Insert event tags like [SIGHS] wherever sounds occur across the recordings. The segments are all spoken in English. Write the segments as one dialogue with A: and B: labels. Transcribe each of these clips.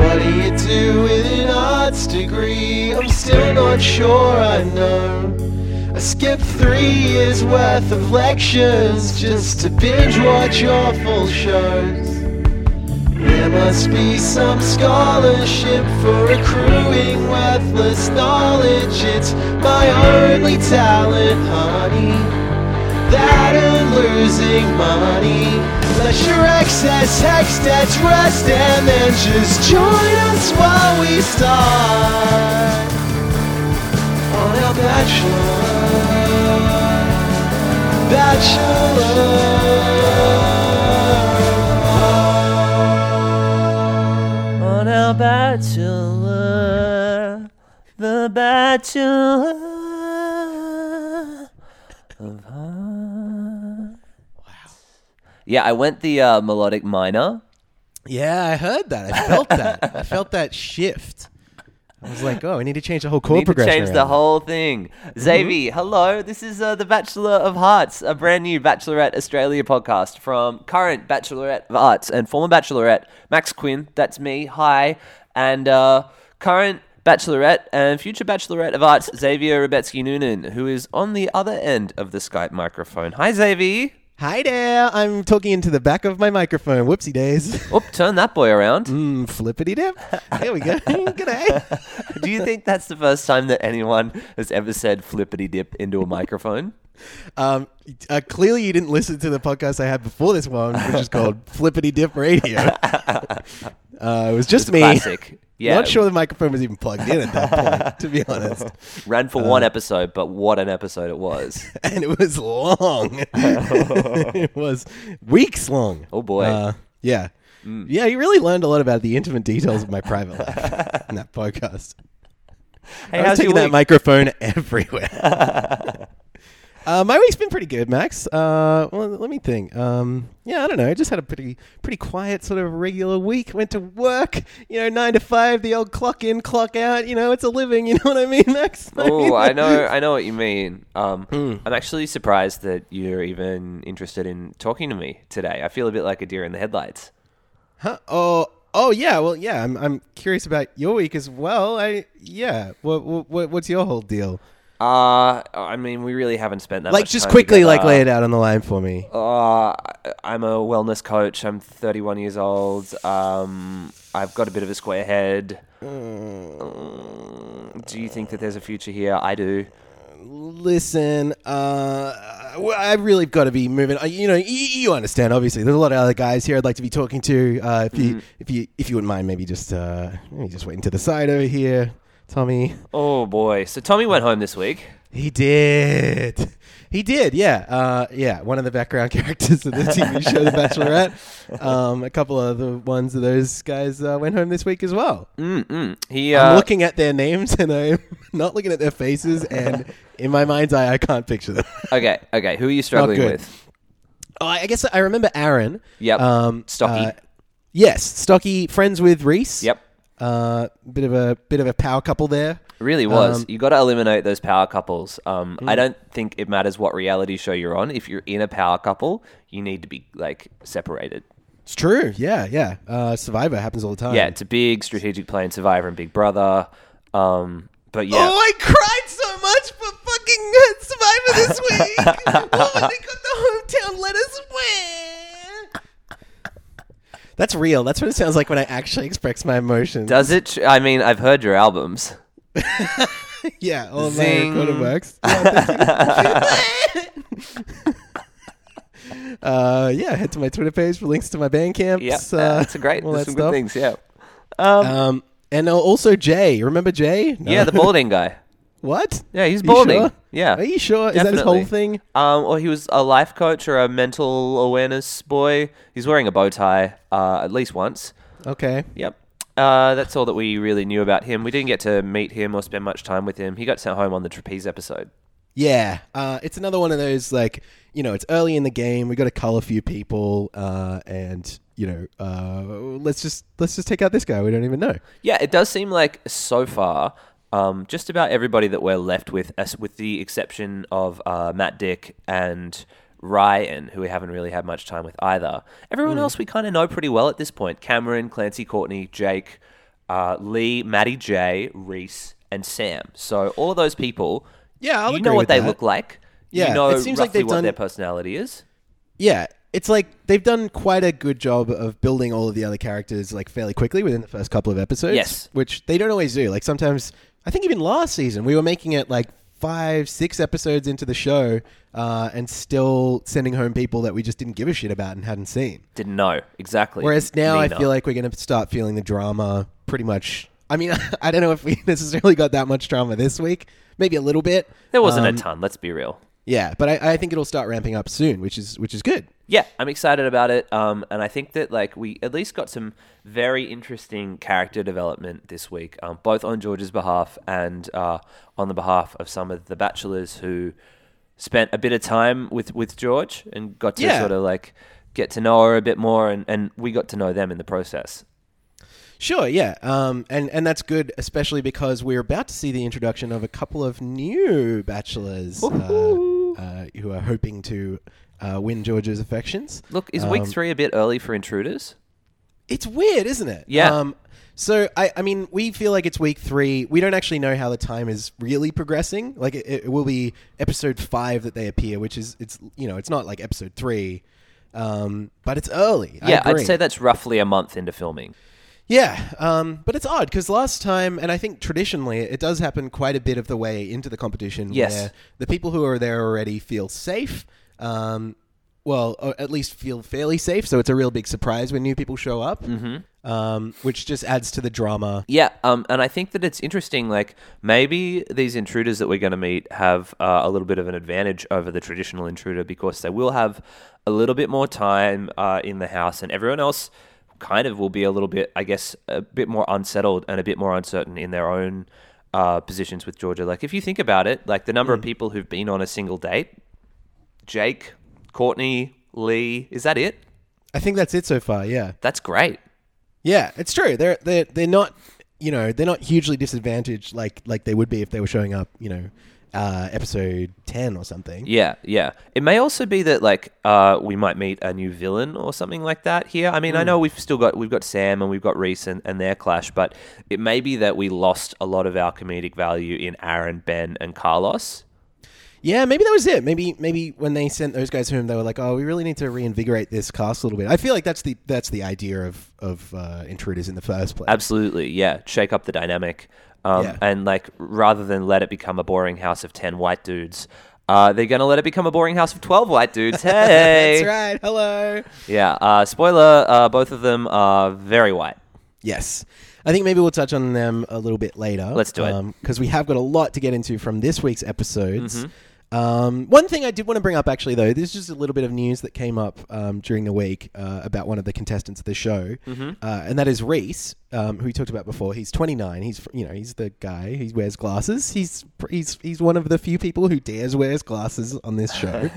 A: Say it's do with an arts degree. I'm still not sure I know. I skipped three years worth of lectures just to binge watch awful shows. There must be some scholarship for accruing worthless knowledge. It's my only talent, honey. That and losing money. Pleasure excess, hextets, rest, and then just join us while we start on our bachelor. Bachelor.
B: On our bachelor, the bachelor of hearts. Yeah, I went the uh, melodic minor.
A: Yeah, I heard that. I felt that. I felt that shift. I was like, oh, I need to change the whole chord
B: Need to
A: progression. Mm-hmm.
B: change the
A: around.
B: whole thing. Xavi, hello. This is uh, the Bachelor of Hearts, a brand new Bachelorette Australia podcast from current Bachelorette of Arts and former Bachelorette Max Quinn. That's me. Hi, and uh, current Bachelorette and future Bachelorette of Arts Xavier Rebetsky Noonan, who is on the other end of the Skype microphone. Hi, Xavi.
A: Hi there. I'm talking into the back of my microphone.
B: [LAUGHS]
A: Whoopsie days.
B: Oop, turn that boy around.
A: Mm, flippity dip. There we go. [LAUGHS] Good day.
B: Do you think that's the first time that anyone has ever said flippity dip into a microphone?
A: Um, uh, clearly, you didn't listen to the podcast I had before this one, which is called
B: [LAUGHS]
A: Flippity Dip Radio. Uh, it was just [LAUGHS] me.
B: Classic. Yeah.
A: Not sure the microphone was even plugged in at that
B: [LAUGHS]
A: point, to be honest.
B: Ran for
A: Uh,
B: one episode, but what an episode it
A: [LAUGHS]
B: was.
A: And it was
B: [LAUGHS]
A: long. it was weeks long.
B: Oh, boy. Mm.
A: Uh, yeah. Yeah, you really learned a lot about the intimate details of my private life
B: [LAUGHS]
A: in that podcast.
B: Hey,
A: I was
B: how's your
A: taking that
B: week?
A: microphone [LAUGHS] everywhere. uh, my week's been pretty good, Max. Uh, well, let me think. Um, yeah, I don't know. I just had a pretty pretty quiet sort of regular week. Went to work, you know, nine to five. The old clock in, clock out. You know, it's a living. [LAUGHS] You know what I mean, Max? [LAUGHS] mean,
B: Oh, I know, I know what you mean. Um,
A: Hmm.
B: I'm actually surprised that you're even interested in talking to me today. I feel a bit like a deer in the headlights.
A: Huh? Oh, oh yeah. Well, yeah. I'm I'm curious about your week as well. I yeah. What what what's your whole deal?
B: Uh, I mean, we really haven't spent that
A: Like,
B: much
A: just
B: time
A: quickly, like
B: together.
A: lay it out on the line for me.
B: Uh, I- I'm a wellness coach. I'm 31 years old. Um, I've got a bit of a square head.
A: Mm.
B: Um, do you think that there's a future here? I do.
A: Listen, uh, well, I really got to be moving. Uh, You know, you, you understand. Obviously, there's a lot of other guys here I'd like to be talking to. Uh, if you, if you, if you wouldn't mind, maybe just, uh, maybe just waiting to the side over here, Tommy.
B: Oh boy! So Tommy went home this week.
A: He did. He did. Yeah. Uh, yeah. One of the background [LAUGHS] characters of the TV show The Bachelorette. Um, a couple of the ones of those guys uh, went home this week as well.
B: Mm-mm. He uh,
A: I'm looking at their names and I'm [LAUGHS] not looking at their faces. And in my mind's eye, I can't picture them.
B: Okay, okay. Who are you struggling
A: good.
B: with?
A: Oh, I I guess I remember Aaron.
B: Yep.
A: Um, uh,
B: Stocky.
A: yes, Stocky, friends with Reese.
B: Yep.
A: Uh, bit of a bit of a power couple there.
B: Really was.
A: Um, mm.
B: you got to eliminate those power couples. Um, I don't think it matters what reality show you're on. If you're in a power couple, you need to be like separated.
A: It's true. Yeah, yeah. Uh, Survivor happens all the time.
B: Yeah, it's a big strategic play in Survivor and Big Brother. Um, but yeah,
A: Oh, I cried so much for fucking uh, Survivor
B: [LAUGHS]
A: this week. oh, when they got the hometown letters. Wah. That's real. That's what it sounds like when I actually express my emotions.
B: does it? Tr- I mean, I've heard your albums.
A: Yeah, all my
B: Zing.
A: recorder works. [LAUGHS] uh, yeah, head to my Twitter page for links to my band camps.
B: Yeah,
A: uh,
B: that's a great.
A: all
B: There's
A: that
B: some good
A: stuff.
B: things.
A: [LAUGHS]
B: Yeah,
A: Um, and uh, also Jay. Remember Jay? No.
B: yeah. The balding guy.
A: [LAUGHS] what?
B: Yeah, he's
A: Are you
B: balding.
A: sure?
B: Yeah,
A: Are you sure? Is that his
B: Definitely.
A: whole thing?
B: Um, or he was a life coach or a mental awareness boy. He's wearing a bow tie uh, at least once.
A: Okay.
B: Yep. Uh, that's all that we really knew about him. We didn't get to meet him or spend much time with him. He got sent home on the trapeze episode.
A: Yeah, uh, it's another one of those like you know it's early in the game. We got to cull a few people, uh, and you know uh, let's just let's just take out this guy. We don't even know.
B: Yeah, it does seem like so far, um, just about everybody that we're left with, as with the exception of uh, Matt Dick and Ryan, who we haven't really had much
C: Hmm.
B: time with either. Everyone else we kind of know pretty well at this point: Cameron, Clancy, Courtney, Jake. uh, Lee, Maddie J, Reese, and Sam. So all of those people,
C: Yeah, I'll
B: you
C: agree
B: know what
C: with
B: they
C: that.
B: look like.
C: Yeah,
B: you know
C: it seems like
B: roughly
C: they've
B: what
C: done-
B: their personality is.
C: Yeah,
A: It's like they've done quite a good job of building all of the other characters like fairly quickly within the first couple of episodes.
B: Yes.
A: Which they don't always do. Like sometimes I think even last season we were making it like five, six episodes into the show, uh, and still sending home people that we just didn't give a shit about and hadn't seen.
B: Didn't know exactly.
A: Whereas now
B: Nina.
A: I feel like we're going to start feeling the drama pretty much. I mean, [LAUGHS] I don't know if we necessarily got that much drama this week. Maybe a little bit.
B: there wasn't
A: Um,
B: a ton. Let's be real.
A: Yeah, but I, I think it'll start ramping up soon, which is which is good.
B: yeah, I'm excited about it. Um, and I think that like we at least got some very interesting character development this week, um, both on George's behalf and uh, on the behalf of some of the bachelors who spent a bit of time with with George and got to
A: Yeah.
B: sort of like get to know her a bit more, and, and we got to know them in the process.
A: Sure, yeah, um, and and that's good, especially because we're about to see the introduction of a couple of new bachelors uh, uh, who are hoping to uh, win George's affections.
B: Look, is week
A: Um,
B: three a bit early for intruders?
A: It's weird, isn't it? Um,
B: Yeah.
A: so I, I mean, we feel like it's week three. We don't actually know how the time is really progressing. Like it, it will be episode five that they appear, which is it's you know it's not like episode three, um, but it's early.
B: Yeah,
A: I agree.
B: I'd say that's roughly a month into filming.
A: Yeah, um, but it's odd because last time, and I think traditionally, it does happen quite a bit of the way into the competition.
B: Yes.
A: where the people who are there already feel safe. Um, well, or at least feel fairly safe. So it's a real big surprise when new people show up, mm-hmm. um, which just adds to the drama.
B: Yeah, um, and I think that it's interesting. Like maybe these intruders that we're going to meet have uh, a little bit of an advantage over the traditional intruder because they will have a little bit more time uh, in the house, and everyone else kind of will be a little bit, I guess, a bit more unsettled and a bit more uncertain in their own uh, positions with Georgia. Like if you think about it, like the number of people who've been on a single date, Jake, Courtney, Lee, is that it?
A: I think that's it so far. Yeah,
B: That's great.
A: yeah, it's true. They're they are they're are not you know they're not hugely disadvantaged like like they would be if they were showing up you know uh, episode ten or something.
B: Yeah, yeah. It may also be that like uh, we might meet a new villain or something like that here. I mean,
A: Hmm.
B: I know we've still got we've got Sam and we've got Reese and, and their clash, but it may be that we lost a lot of our comedic value in Aaron, Ben, and Carlos.
A: Yeah, maybe that was it. Maybe maybe when they sent those guys home, they were like, "Oh, we really need to reinvigorate this cast a little bit." I feel like that's the that's the idea of of uh, intruders in the first place.
B: Absolutely, yeah. Shake up the dynamic, um,
A: Yeah.
B: and like rather than let it become a boring house of ten white dudes, uh, they're gonna let it become a boring house of twelve white
A: [LAUGHS]
B: dudes. Hey,
A: That's right. Hello.
B: yeah. Uh, spoiler: uh, both of them are very white.
A: Yes, I think maybe we'll touch on them a little bit later.
B: Let's do it.
A: because we have got a lot to get into from this week's episodes.
B: Mm-hmm.
A: Um, one thing I did want to bring up, actually, though, this is just a little bit of news that came up um, during the week uh, about one of the contestants of the show,
B: Mm-hmm.
A: uh, and that is Reese, um, who we talked about before. He's 29. He's fr- you know he's the guy. He wears glasses. He's pr- he's he's one of the few people who dares wears glasses on
B: [LAUGHS]
A: this show.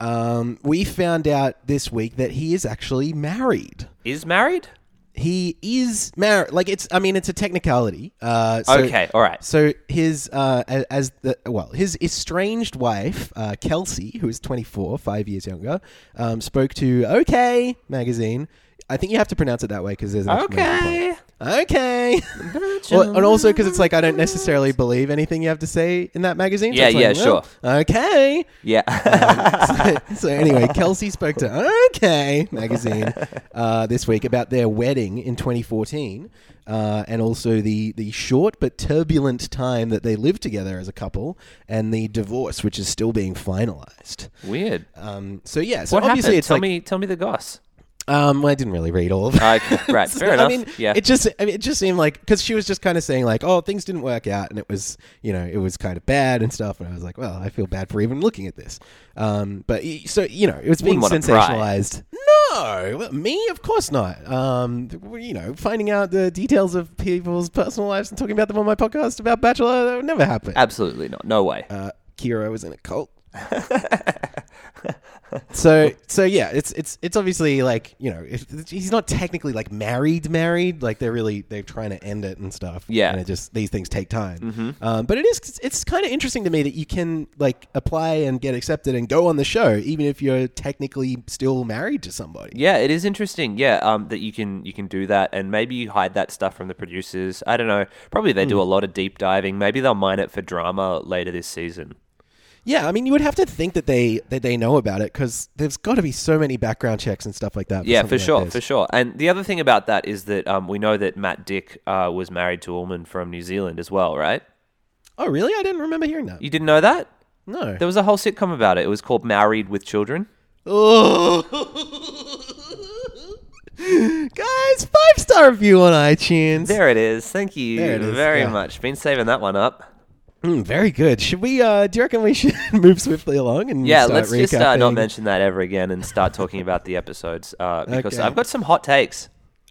A: um, we found out this week that he is actually married
B: Is married?
A: he is married. Like it's, I mean, it's a technicality. Uh, so,
B: Okay, all right.
A: So his, uh, a- as the well, his estranged wife, uh, Kelsey, who is 24, five years younger, um, spoke to OK magazine. I think you have to pronounce it that way because there's an
B: Okay.
A: okay, well, and also because it's like I don't necessarily believe anything you have to say in that magazine. So
B: Yeah,
A: it's like,
B: yeah,
A: well, Okay,
B: Yeah. Um, [LAUGHS]
A: so, [LAUGHS] so anyway, Kelsey spoke to OK magazine uh, this week about their wedding in 2014, uh, and also the the short but turbulent time that they lived together as a couple, and the divorce, which is still being finalized.
B: Weird.
A: Um, so yeah, so
B: what
A: obviously
B: happened?
A: it's
B: Tell
A: like
B: me, tell me the goss.
A: um, well, I didn't really read all of that.
B: [LAUGHS] Okay, right, fair
A: I
B: enough.
A: mean,
B: yeah,
A: it just I mean, it just seemed like because she was just kind of saying like, oh, things didn't work out, and it was you know it was kind of bad and stuff, and I was like, well, I feel bad for even looking at this. Um, but y- so you know, it was being
B: Wouldn't wanna pry.
A: sensationalized. No, well, me, of course not. Um, th- well, you know, finding out the details of people's personal lives and talking about them on my podcast about Bachelor that would never happen.
B: absolutely not. No way. [LAUGHS]
A: Uh, Kira was in a cult. So so yeah, it's it's it's obviously like you know if, he's not technically like married married like they're really they're trying to end it and stuff.
B: Yeah. Mm-hmm.
A: and it just these things take time. Um, but it is it's kind of interesting to me that you can like apply and get accepted and go on the show even if you're technically still married to somebody.
B: Yeah, it is interesting. Yeah, um, that you can you can do that, and maybe you hide that stuff from the producers. I don't know. Probably they do a lot of deep diving. Maybe they'll mine it for drama later this season.
A: Yeah, I mean you would have to think that they that they know about it because there's got to be so many background checks and stuff like that.
B: Yeah, for
A: something like
B: sure,
A: this.
B: for sure. And the other thing about that is that um, we know that Matt Dick uh, was married to a woman from New Zealand as well, right?
A: Oh really? I didn't remember hearing that.
B: You didn't know that?
A: no.
B: There was a whole sitcom about it. It was called Married with Children.
A: [LAUGHS] Guys, five star review on iTunes.
B: There it is. Thank you
A: There it is,
B: very
A: yeah.
B: much. Been saving that one up.
A: Mm, very good. Should we? Uh, do you reckon we should [LAUGHS] move swiftly along and
B: Yeah,
A: start
B: let's just uh, not
A: recapping?
B: mention that ever again and start talking about the episodes uh, because
A: Okay.
B: I've got some hot takes,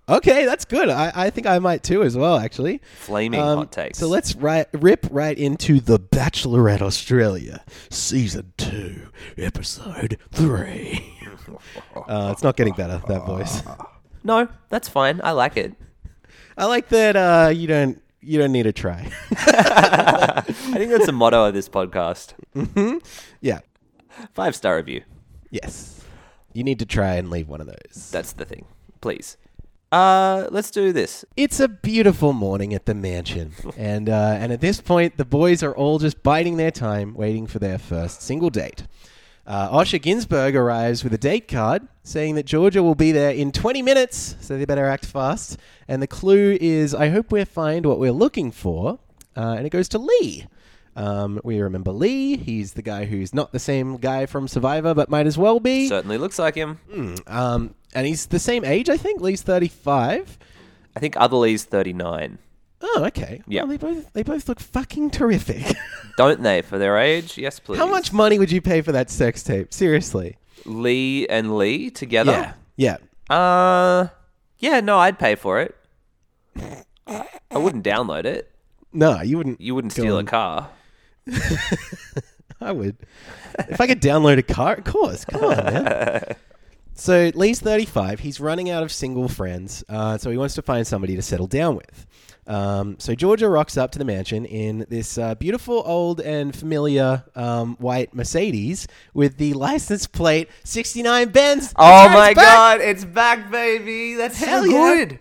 A: Okay, that's good. I, I think I might too as well, actually.
B: flaming
A: Um,
B: hot takes.
A: So let's ri- rip right into The Bachelorette Australia, Season 2, Episode 3.
B: [LAUGHS]
A: uh, it's not getting better, that voice.
B: No, that's fine. I like it. [LAUGHS]
A: I like that uh, you don't you don't need a try. [LAUGHS]
B: I think that's the motto of this podcast.
A: yeah.
B: Five star review.
A: Yes. You need to try and leave one of those.
B: That's the thing. Please. Uh, let's do this.
A: It's a beautiful morning at the mansion, and uh, and at this point, the boys are all just biding their time, waiting for their first single date. Uh, Osher Ginsburg arrives with a date card saying that Georgia will be there in 20 minutes, so they better act fast. And the clue is, I hope we find what we're looking for, uh, and it goes to Lee. Um, we remember Lee. He's the guy who's not the same guy from Survivor, but might as well be.
B: Certainly looks like him.
A: Um, and he's the same age, I think. Lee's 35.
B: I think other Lee's 39.
A: Oh, okay.
B: Yeah.
A: Well, they both they both look fucking terrific. [LAUGHS]
B: Don't they, for their age? Yes, please.
A: How much money would you pay for that sex tape? Seriously.
B: Lee and Lee together?
A: Yeah.
B: Yeah. Uh, yeah, no, I'd pay for it. I wouldn't download it.
A: No, you wouldn't.
B: You wouldn't
A: Go
B: steal a
A: on.
B: car.
A: I would. if I could download a car, of course. Come on, man.
B: [LAUGHS]
A: So Lee's 35. He's running out of single friends, uh, so he wants to find somebody to settle down with. Um, so Georgia rocks up to the mansion in this uh, beautiful, old, and familiar um, white Mercedes with the license plate 69 Benz.
B: Oh
A: That's right,
B: my
A: it's back.
B: god, it's back, baby! That's so
A: Hell yeah.
B: good.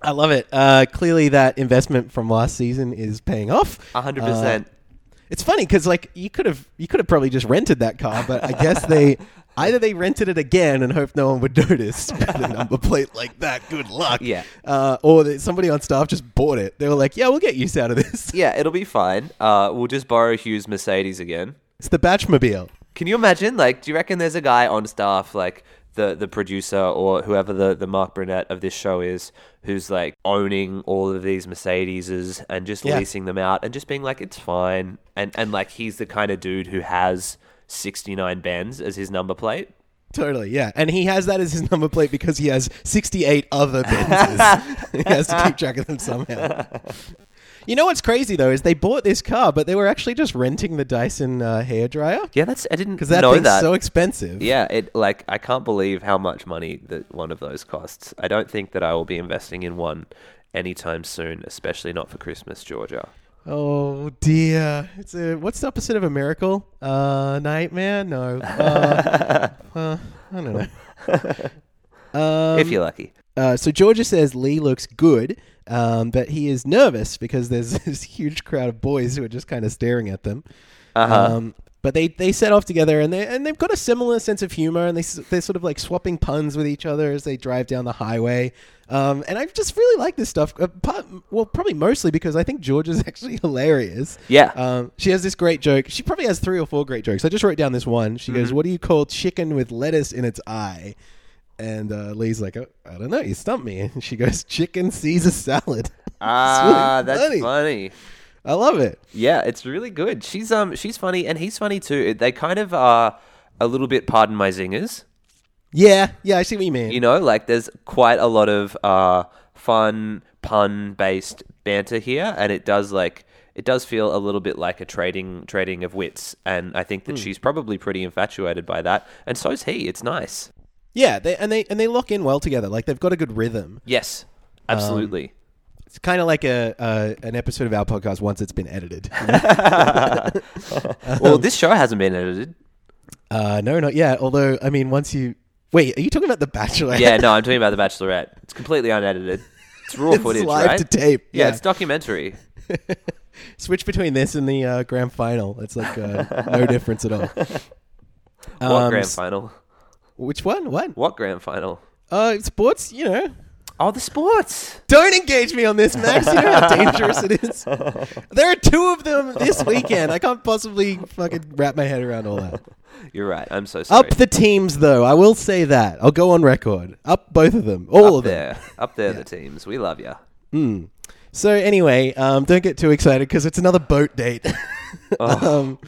A: I love it. Uh, clearly, that investment from last season is paying off.
B: A hundred percent.
A: Uh, It's funny because like you could have you could have probably just rented that car, but I guess
B: [LAUGHS]
A: they either they rented it again and hoped no one would notice [LAUGHS] with a number plate like that. Good luck.
B: Yeah.
A: Uh, or that somebody on staff just bought it. They were like, "Yeah, we'll get use out of this.
B: Yeah, it'll be fine. Uh, we'll just borrow Hugh's Mercedes again.
A: [LAUGHS] It's the Batchmobile."
B: Can you imagine? Like, do you reckon there's a guy on staff, like the the producer or whoever the the Mark Burnett of this show is, who's like owning all of these Mercedeses and just
A: Yeah.
B: leasing them out and just being like, it's fine, and and like he's the kind of dude who has sixty nine Benz as his number plate.
A: Totally, yeah. And he has that as his number plate because he has 68
B: [LAUGHS]
A: other Benzes. [LAUGHS] he has to keep track of them somehow. You know what's crazy, though, is they bought this car, but they were actually just renting the Dyson uh, hairdryer
B: Yeah, that's I didn't
A: because that
B: know
A: thing's
B: that.
A: so expensive.
B: yeah, it like I can't believe how much money that one of those costs. I don't think that I will be investing in one anytime soon, especially not for Christmas, Georgia. [LAUGHS]
A: Oh, dear. It's a, what's the opposite of a miracle? Uh, nightmare? No. [LAUGHS] Uh, uh, I don't know.
B: if you're lucky.
A: Uh, so Georgia says Lee looks good, um, but he is nervous because there's [LAUGHS] this huge crowd of boys who are just kind of staring at them. Um, but they, they set off together and they and they've got a similar sense of humor and they s- they're sort of like swapping puns with each other as they drive down the highway. Um, and I just really like this stuff. Uh, part, well, probably mostly because I think Georgia's [LAUGHS] actually hilarious.
B: Yeah.
A: Um, she has this great joke. She probably has three or four great jokes. I just wrote down this one. She
B: Mm-hmm.
A: goes, "What do you call chicken with lettuce in its eye?" And uh, Lee's like, oh, "I don't know. You stumped me." [LAUGHS] And she goes, "Chicken Caesar salad." [LAUGHS] It's
B: Ah,
A: really
B: that's funny.
A: I love it.
B: Yeah, it's really good. She's um she's funny and he's funny too. It- They kind of are a little bit pardon my zingers.
A: Yeah, yeah. I see what you mean.
B: You know, like there's quite a lot of uh fun pun based banter here, and it does like it does feel a little bit like a trading trading of wits, and I think that
A: Hmm.
B: she's probably pretty infatuated by that, and so is he. It's nice.
A: Yeah, they, and they and they lock in well together. Like they've got a good rhythm.
B: Yes,
A: Um.
B: absolutely.
A: [LAUGHS] It's kind of like a uh, an episode of our podcast once it's
B: [LAUGHS]
A: been edited. [LAUGHS]
B: well, this show hasn't been edited.
A: uh, no, not yet. Although, I mean, once you wait, are you talking about The Bachelor?
B: Yeah, no, I'm talking about The Bachelorette. It's completely unedited. It's raw
A: [LAUGHS] It's
B: footage,
A: live
B: right?
A: to tape,
B: Yeah,
A: yeah.
B: it's documentary.
A: Switch between this and the uh, grand final. It's like uh,
B: [LAUGHS]
A: no difference at all.
B: What
A: Um,
B: grand
A: s-
B: final?
A: Which one? What?
B: What grand final?
A: Uh, sports. You know,
B: Oh, the sports.
A: Don't engage me on this, Max. You know how dangerous
B: [LAUGHS]
A: it is. There are two of them this weekend. I can't possibly fucking wrap my head around all that.
B: You're right. I'm so sorry.
A: Up the teams, though. I will say that. I'll go on record. Up both of them. All
B: up
A: of Um, them.
B: there, up there, the teams. We love you.
A: So, anyway, um, don't get too excited because it's another boat
B: [LAUGHS]
A: date. [LAUGHS]
B: Oh.
A: um,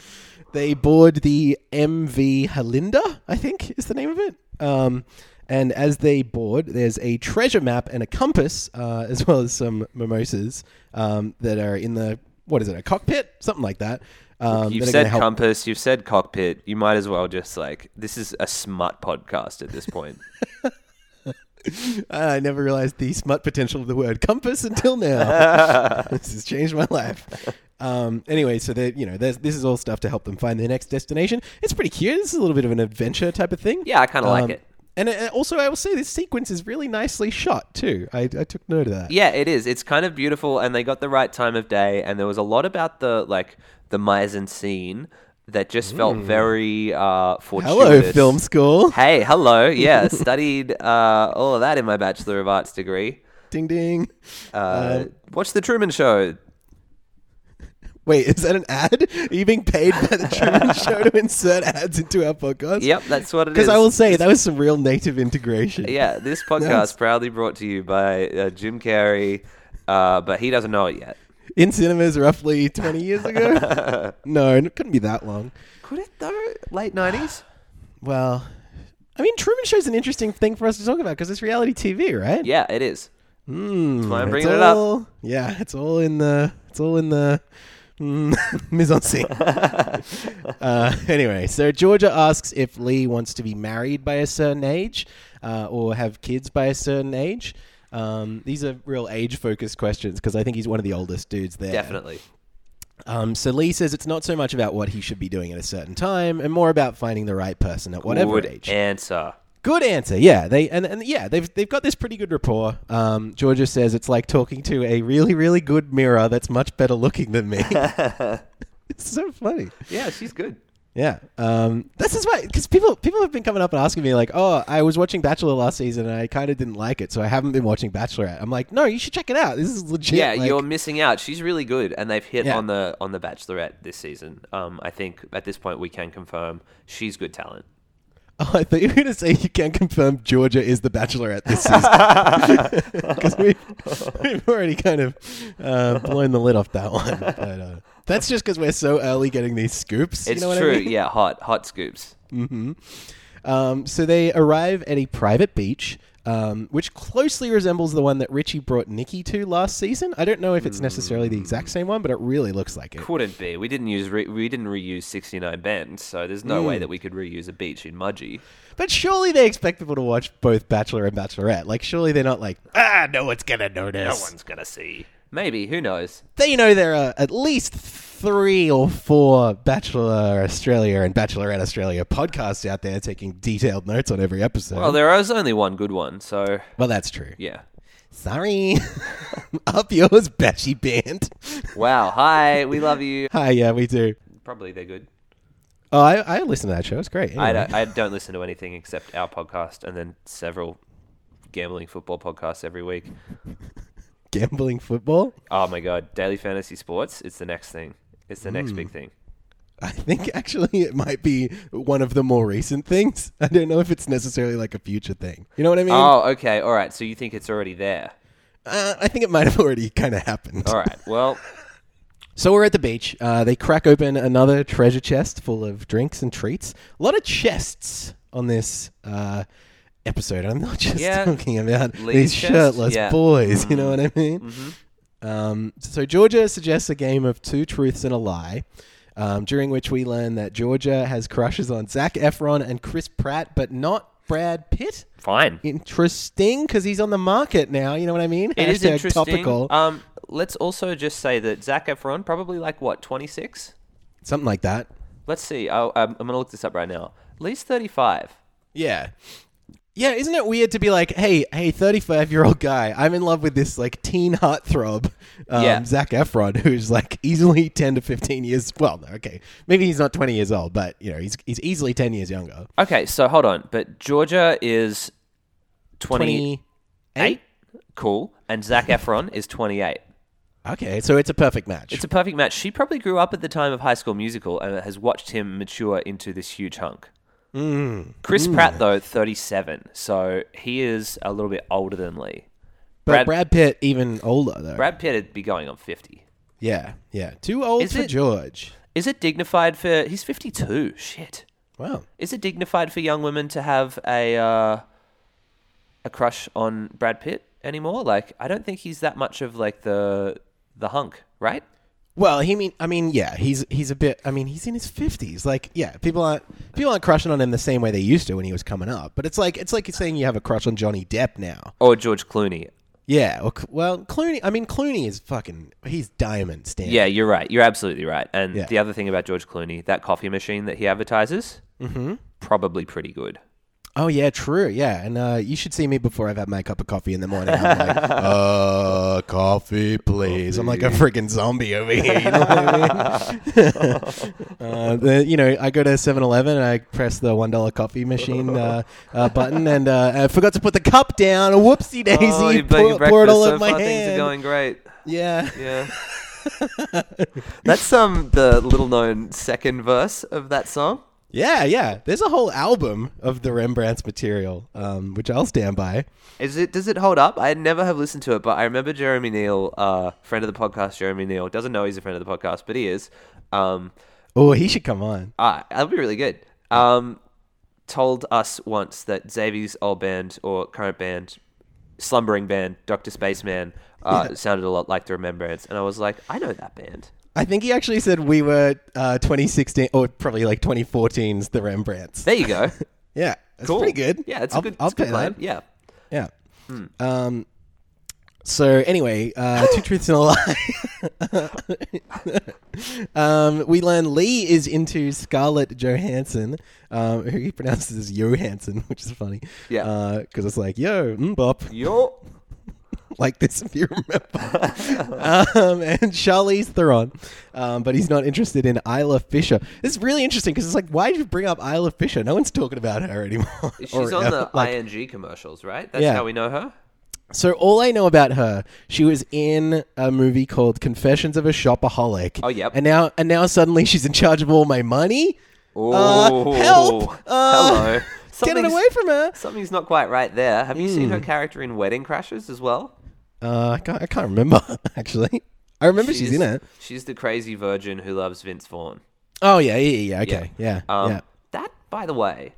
A: they board the MV Halinda, I think is the name of it. Um, and as they board, there's a treasure map and a compass, uh, as well as some mimosas um, that are in the, what is it, a cockpit? Something like that. Um,
B: You've
A: that are
B: said
A: gonna help-
B: compass. You've said cockpit. You might as well just like this is a smut podcast at this
A: [LAUGHS]
B: point.
A: I never realized the smut potential of the word compass
B: [LAUGHS]
A: until now. this has changed my life. Um, anyway, so that you know, there's, this is all stuff to help them find their next destination. It's pretty cute. This is a little bit of an adventure type of thing.
B: Yeah, I kinda like it.
A: And uh, also, I will say this sequence is really nicely shot too. I, I took note of that.
B: yeah, it is. It's kind of beautiful, and they got the right time of day. And there was a lot about the like the mise en scene that just felt very uh, fortuitous.
A: Hmm. Hello, film school.
B: Hey, hello.
A: [LAUGHS]
B: Yeah, studied uh, all of that in my Bachelor of Arts degree.
A: ding ding.
B: Uh,
A: Um,
B: watch the Truman Show.
A: Wait, is that an ad? Are you being paid by the
B: [LAUGHS]
A: Truman Show to insert ads into our podcast?
B: Yep, that's what it is.
A: Because I will say that was some real native integration.
B: Yeah,
A: [LAUGHS]
B: this podcast
A: That's-
B: proudly brought to you by uh, Jim Carrey, uh, but he doesn't know it yet.
A: in cinemas roughly 20
B: [LAUGHS]
A: years ago. no, it couldn't be that long.
B: Could it though? Late
A: [SIGHS]
B: nineties?
A: Well, I mean, Truman Show's an interesting thing for us to talk about because it's reality TV, right?
B: Yeah, it is.
A: Mm,
B: why I'm
A: it's
B: bringing it up.
A: all- Yeah, it's all in the it's all in the mm, [LAUGHS] mise
B: [LAUGHS]
A: en scene. uh, anyway, so Georgia asks if Lee wants to be married by a certain age uh, or have kids by a certain age. Um, these are real age focused questions because I think he's one of the oldest dudes there.
B: Definitely.
A: Um, so Lee says it's not so much about what he should be doing at a certain time, and more about finding the right person at whatever
B: Would
A: age. [LAUGHS]
B: answer.
A: good answer, yeah. They and, and yeah, they've they've got this pretty good rapport. Um, Georgia says it's like talking to a really really good mirror that's much better looking than me. [LAUGHS] it's so funny.
B: Yeah, she's good.
A: Yeah, um, this is why because people people have been coming up and asking me like, oh, I was watching Bachelor last season and I kind of didn't like it, so I haven't been watching Bachelorette. I'm like, no, you should check it out. This is legit.
B: Yeah,
A: like-
B: you're missing out. She's really good, and they've hit
A: Yeah.
B: on the on the Bachelorette this season. Um, I think at this point we can confirm she's good
A: [LAUGHS]
B: talent.
A: Oh, [LAUGHS] I thought you were going to say you can confirm Georgia is the
B: [LAUGHS]
A: Bachelorette this season. [LAUGHS] Because we've, we've already kind of uh, blown the lid off
B: [LAUGHS]
A: that one. But, uh, that's just because we're so early getting these scoops.
B: It's
A: you know what
B: true.
A: I mean?
B: Yeah, hot hot scoops.
A: Um, so they arrive at a private beach, um, which closely resembles the one that Richie brought Nikki to last season. I don't know if it's necessarily the exact
B: Mm.
A: same one, but it really looks like it.
B: Couldn't be. We didn't use re- we didn't reuse 69 Bend, so there's no
A: Mm.
B: way that we could reuse a beach in Mudgee.
A: But surely they expect people to watch both Bachelor and Bachelorette. Like, surely they're not like, ah, no one's going to notice.
B: No one's gonna see. Maybe who knows?
A: they know there are at least three or four Bachelor Australia and Bachelorette Australia podcasts out there taking detailed notes on every episode.
B: Well, there is only one good one, so
A: Well, that's true.
B: yeah.
A: Sorry. [LAUGHS] Up yours, Batchy Band.
B: Wow. Hi, we love you.
A: Hi, yeah, we do.
B: Probably they're good.
A: Oh, I, I listen to that show. It's great.
B: I
A: Anyway.
B: don't, I don't listen to anything except our podcast and then several gambling football podcasts every week.
A: Gambling football.
B: Oh my god, daily fantasy sports. It's the next thing. It's the next
A: Mm.
B: big thing.
A: I think [LAUGHS] actually it might be one of the more recent things. I don't know if it's necessarily like a future thing. You know what I mean?
B: Oh, okay. All right. So you think it's already there?
A: Uh, I think it might have already kind of happened.
B: All right. Well,
A: So we're at the beach. Uh, they crack open another treasure chest full of drinks and treats. A lot of chests on this uh, episode. I'm not [LAUGHS] just
B: Yeah.
A: talking about
B: League
A: these
B: chest?
A: shirtless
B: Yeah. Mm-hmm.
A: boys. You know what I mean? Um, so Georgia suggests a game of two truths and a lie. Um, during which we learn that Georgia has crushes on Zach Efron and Chris Pratt, but not Brad Pitt.
B: Fine.
A: Interesting, because he's on the market now. You know what I mean?
B: It is
A: Hashtag
B: interesting.
A: Topical,
B: Um, let's also just say that Zach Efron probably like what twenty six.
A: something like that.
B: Let's see. i I'm, I'm gonna look this up right now. At least thirty five.
A: Yeah. Yeah, isn't it weird to be like, hey, hey, 35 year old guy, I'm in love with this like teen heartthrob, um,
B: Yeah.
A: Zach Efron, [LAUGHS] who's like easily 10 to 15 years. Well, no, okay. Maybe he's not 20 years old, but, you know, he's, he's easily 10 years younger.
B: Okay, so hold on. But Georgia is 28.
A: 28?
B: Cool. And Zach Efron is 28.
A: Okay, so it's a perfect match.
B: It's a perfect match. She probably grew up at the time of High School Musical and has watched him mature into this huge hunk.
A: Mm.
B: Chris Pratt, though, 37. So he is a little bit older than Lee.
A: but
B: Brad-
A: Brad, Pitt, even older, though.
B: Brad Pitt would be going on 50.
A: yeah, yeah. Too old
B: Is
A: for
B: it-
A: George.
B: Is it dignified for. He's 52. Shit.
A: Wow.
B: Is it dignified for young women to have a uh, a crush on Brad Pitt anymore? Like, I don't think he's that much of like the the hunk, right?
A: Well, he mean I mean, yeah, he's he's a bit I mean, he's in his fifties. Like, yeah, people aren't people aren't crushing on him the same way they used to when he was coming up. But it's like it's like saying you have a crush on Johnny Depp now.
B: Or George Clooney?
A: Yeah. Or, Cl- well, Clooney I mean Clooney is fucking he's diamond standard.
B: Yeah, you're right. You're absolutely right. And
A: Yeah.
B: the other thing about George Clooney, that coffee machine that he advertises,
A: Mm-hmm.
B: probably pretty good.
A: Oh yeah, true. Yeah. And uh, you should see me before I've had my cup of coffee in the morning. I'm like, [LAUGHS] uh coffee please. I'm like a freaking zombie over here, you know what I
B: [LAUGHS]
A: mean? [LAUGHS] uh, the, you know, I go to 7-Eleven and I press the one dollar coffee machine uh, uh, button and uh, I forgot to put the cup down. Whoopsie daisy,
B: oh, you're making
A: pour, pour it
B: breakfast.
A: all
B: so
A: over my
B: far,
A: hand.
B: things are going great.
A: Yeah. [LAUGHS]
B: Yeah. That's um the little known second verse of that song.
A: Yeah, yeah. There's a whole album of the Rembrandt's material, um, which I'll stand by.
B: Is it does it hold up? I never have listened to it, but I remember Jeremy Neal, uh, friend of the podcast. Jeremy Neal doesn't know he's a friend of the podcast, but he is. Um,
A: Oh, he should come on.
B: ah, that'll be really good. Um, told us once that Xavier's old band or current band, slumbering band, Doctor Spaceman, uh, [LAUGHS] sounded a lot like the Remembrance, and I was like, I know that band.
A: I think he actually said we were uh, 2016 or probably like 2014's The Rembrandts.
B: There you
A: [LAUGHS]
B: go.
A: Yeah, that's
B: cool.
A: pretty good.
B: Yeah, it's
A: I'll-
B: a good,
A: I'll
B: it's a good Hmm.
A: pay
B: line.
A: that.
B: Yeah.
A: Yeah. Um. So anyway,
B: [GASPS]
A: uh, two truths and a lie. [LAUGHS] um, we learn Lee is into Scarlett Johansson, um, who he pronounces as Johansson, [LAUGHS] which is funny.
B: Yeah.
A: Because it's like yo, mm, mbop,
B: Yo.
A: like this [LAUGHS] if you remember. um, and Charlize Theron, um, but he's not interested in Isla Fisher. This is really interesting because it's like, why did you bring up Isla Fisher? No one's talking about her anymore. [LAUGHS]
B: She's
A: Or
B: on
A: ever.
B: the
A: Like,
B: ING commercials, right? That's
A: Yeah.
B: how we know her.
A: so all I know about her, she was in a movie called Confessions of a Shopaholic.
B: Oh, yep.
A: And now, and now suddenly she's in charge of all my money.
B: Oh,
A: help! Uh,
B: [LAUGHS] Hello.
A: Get it
B: Something's-
A: away from Hmm. her.
B: Something's not quite right there. Have you seen her character in Wedding Crashers as well?
A: Uh, I can't, I can't remember [LAUGHS] actually. I remember she's, in it.
B: She's the crazy virgin who loves Vince Vaughn.
A: Oh yeah, yeah, yeah. Okay, yeah, yeah. Hmm.
B: Um, That, by the way,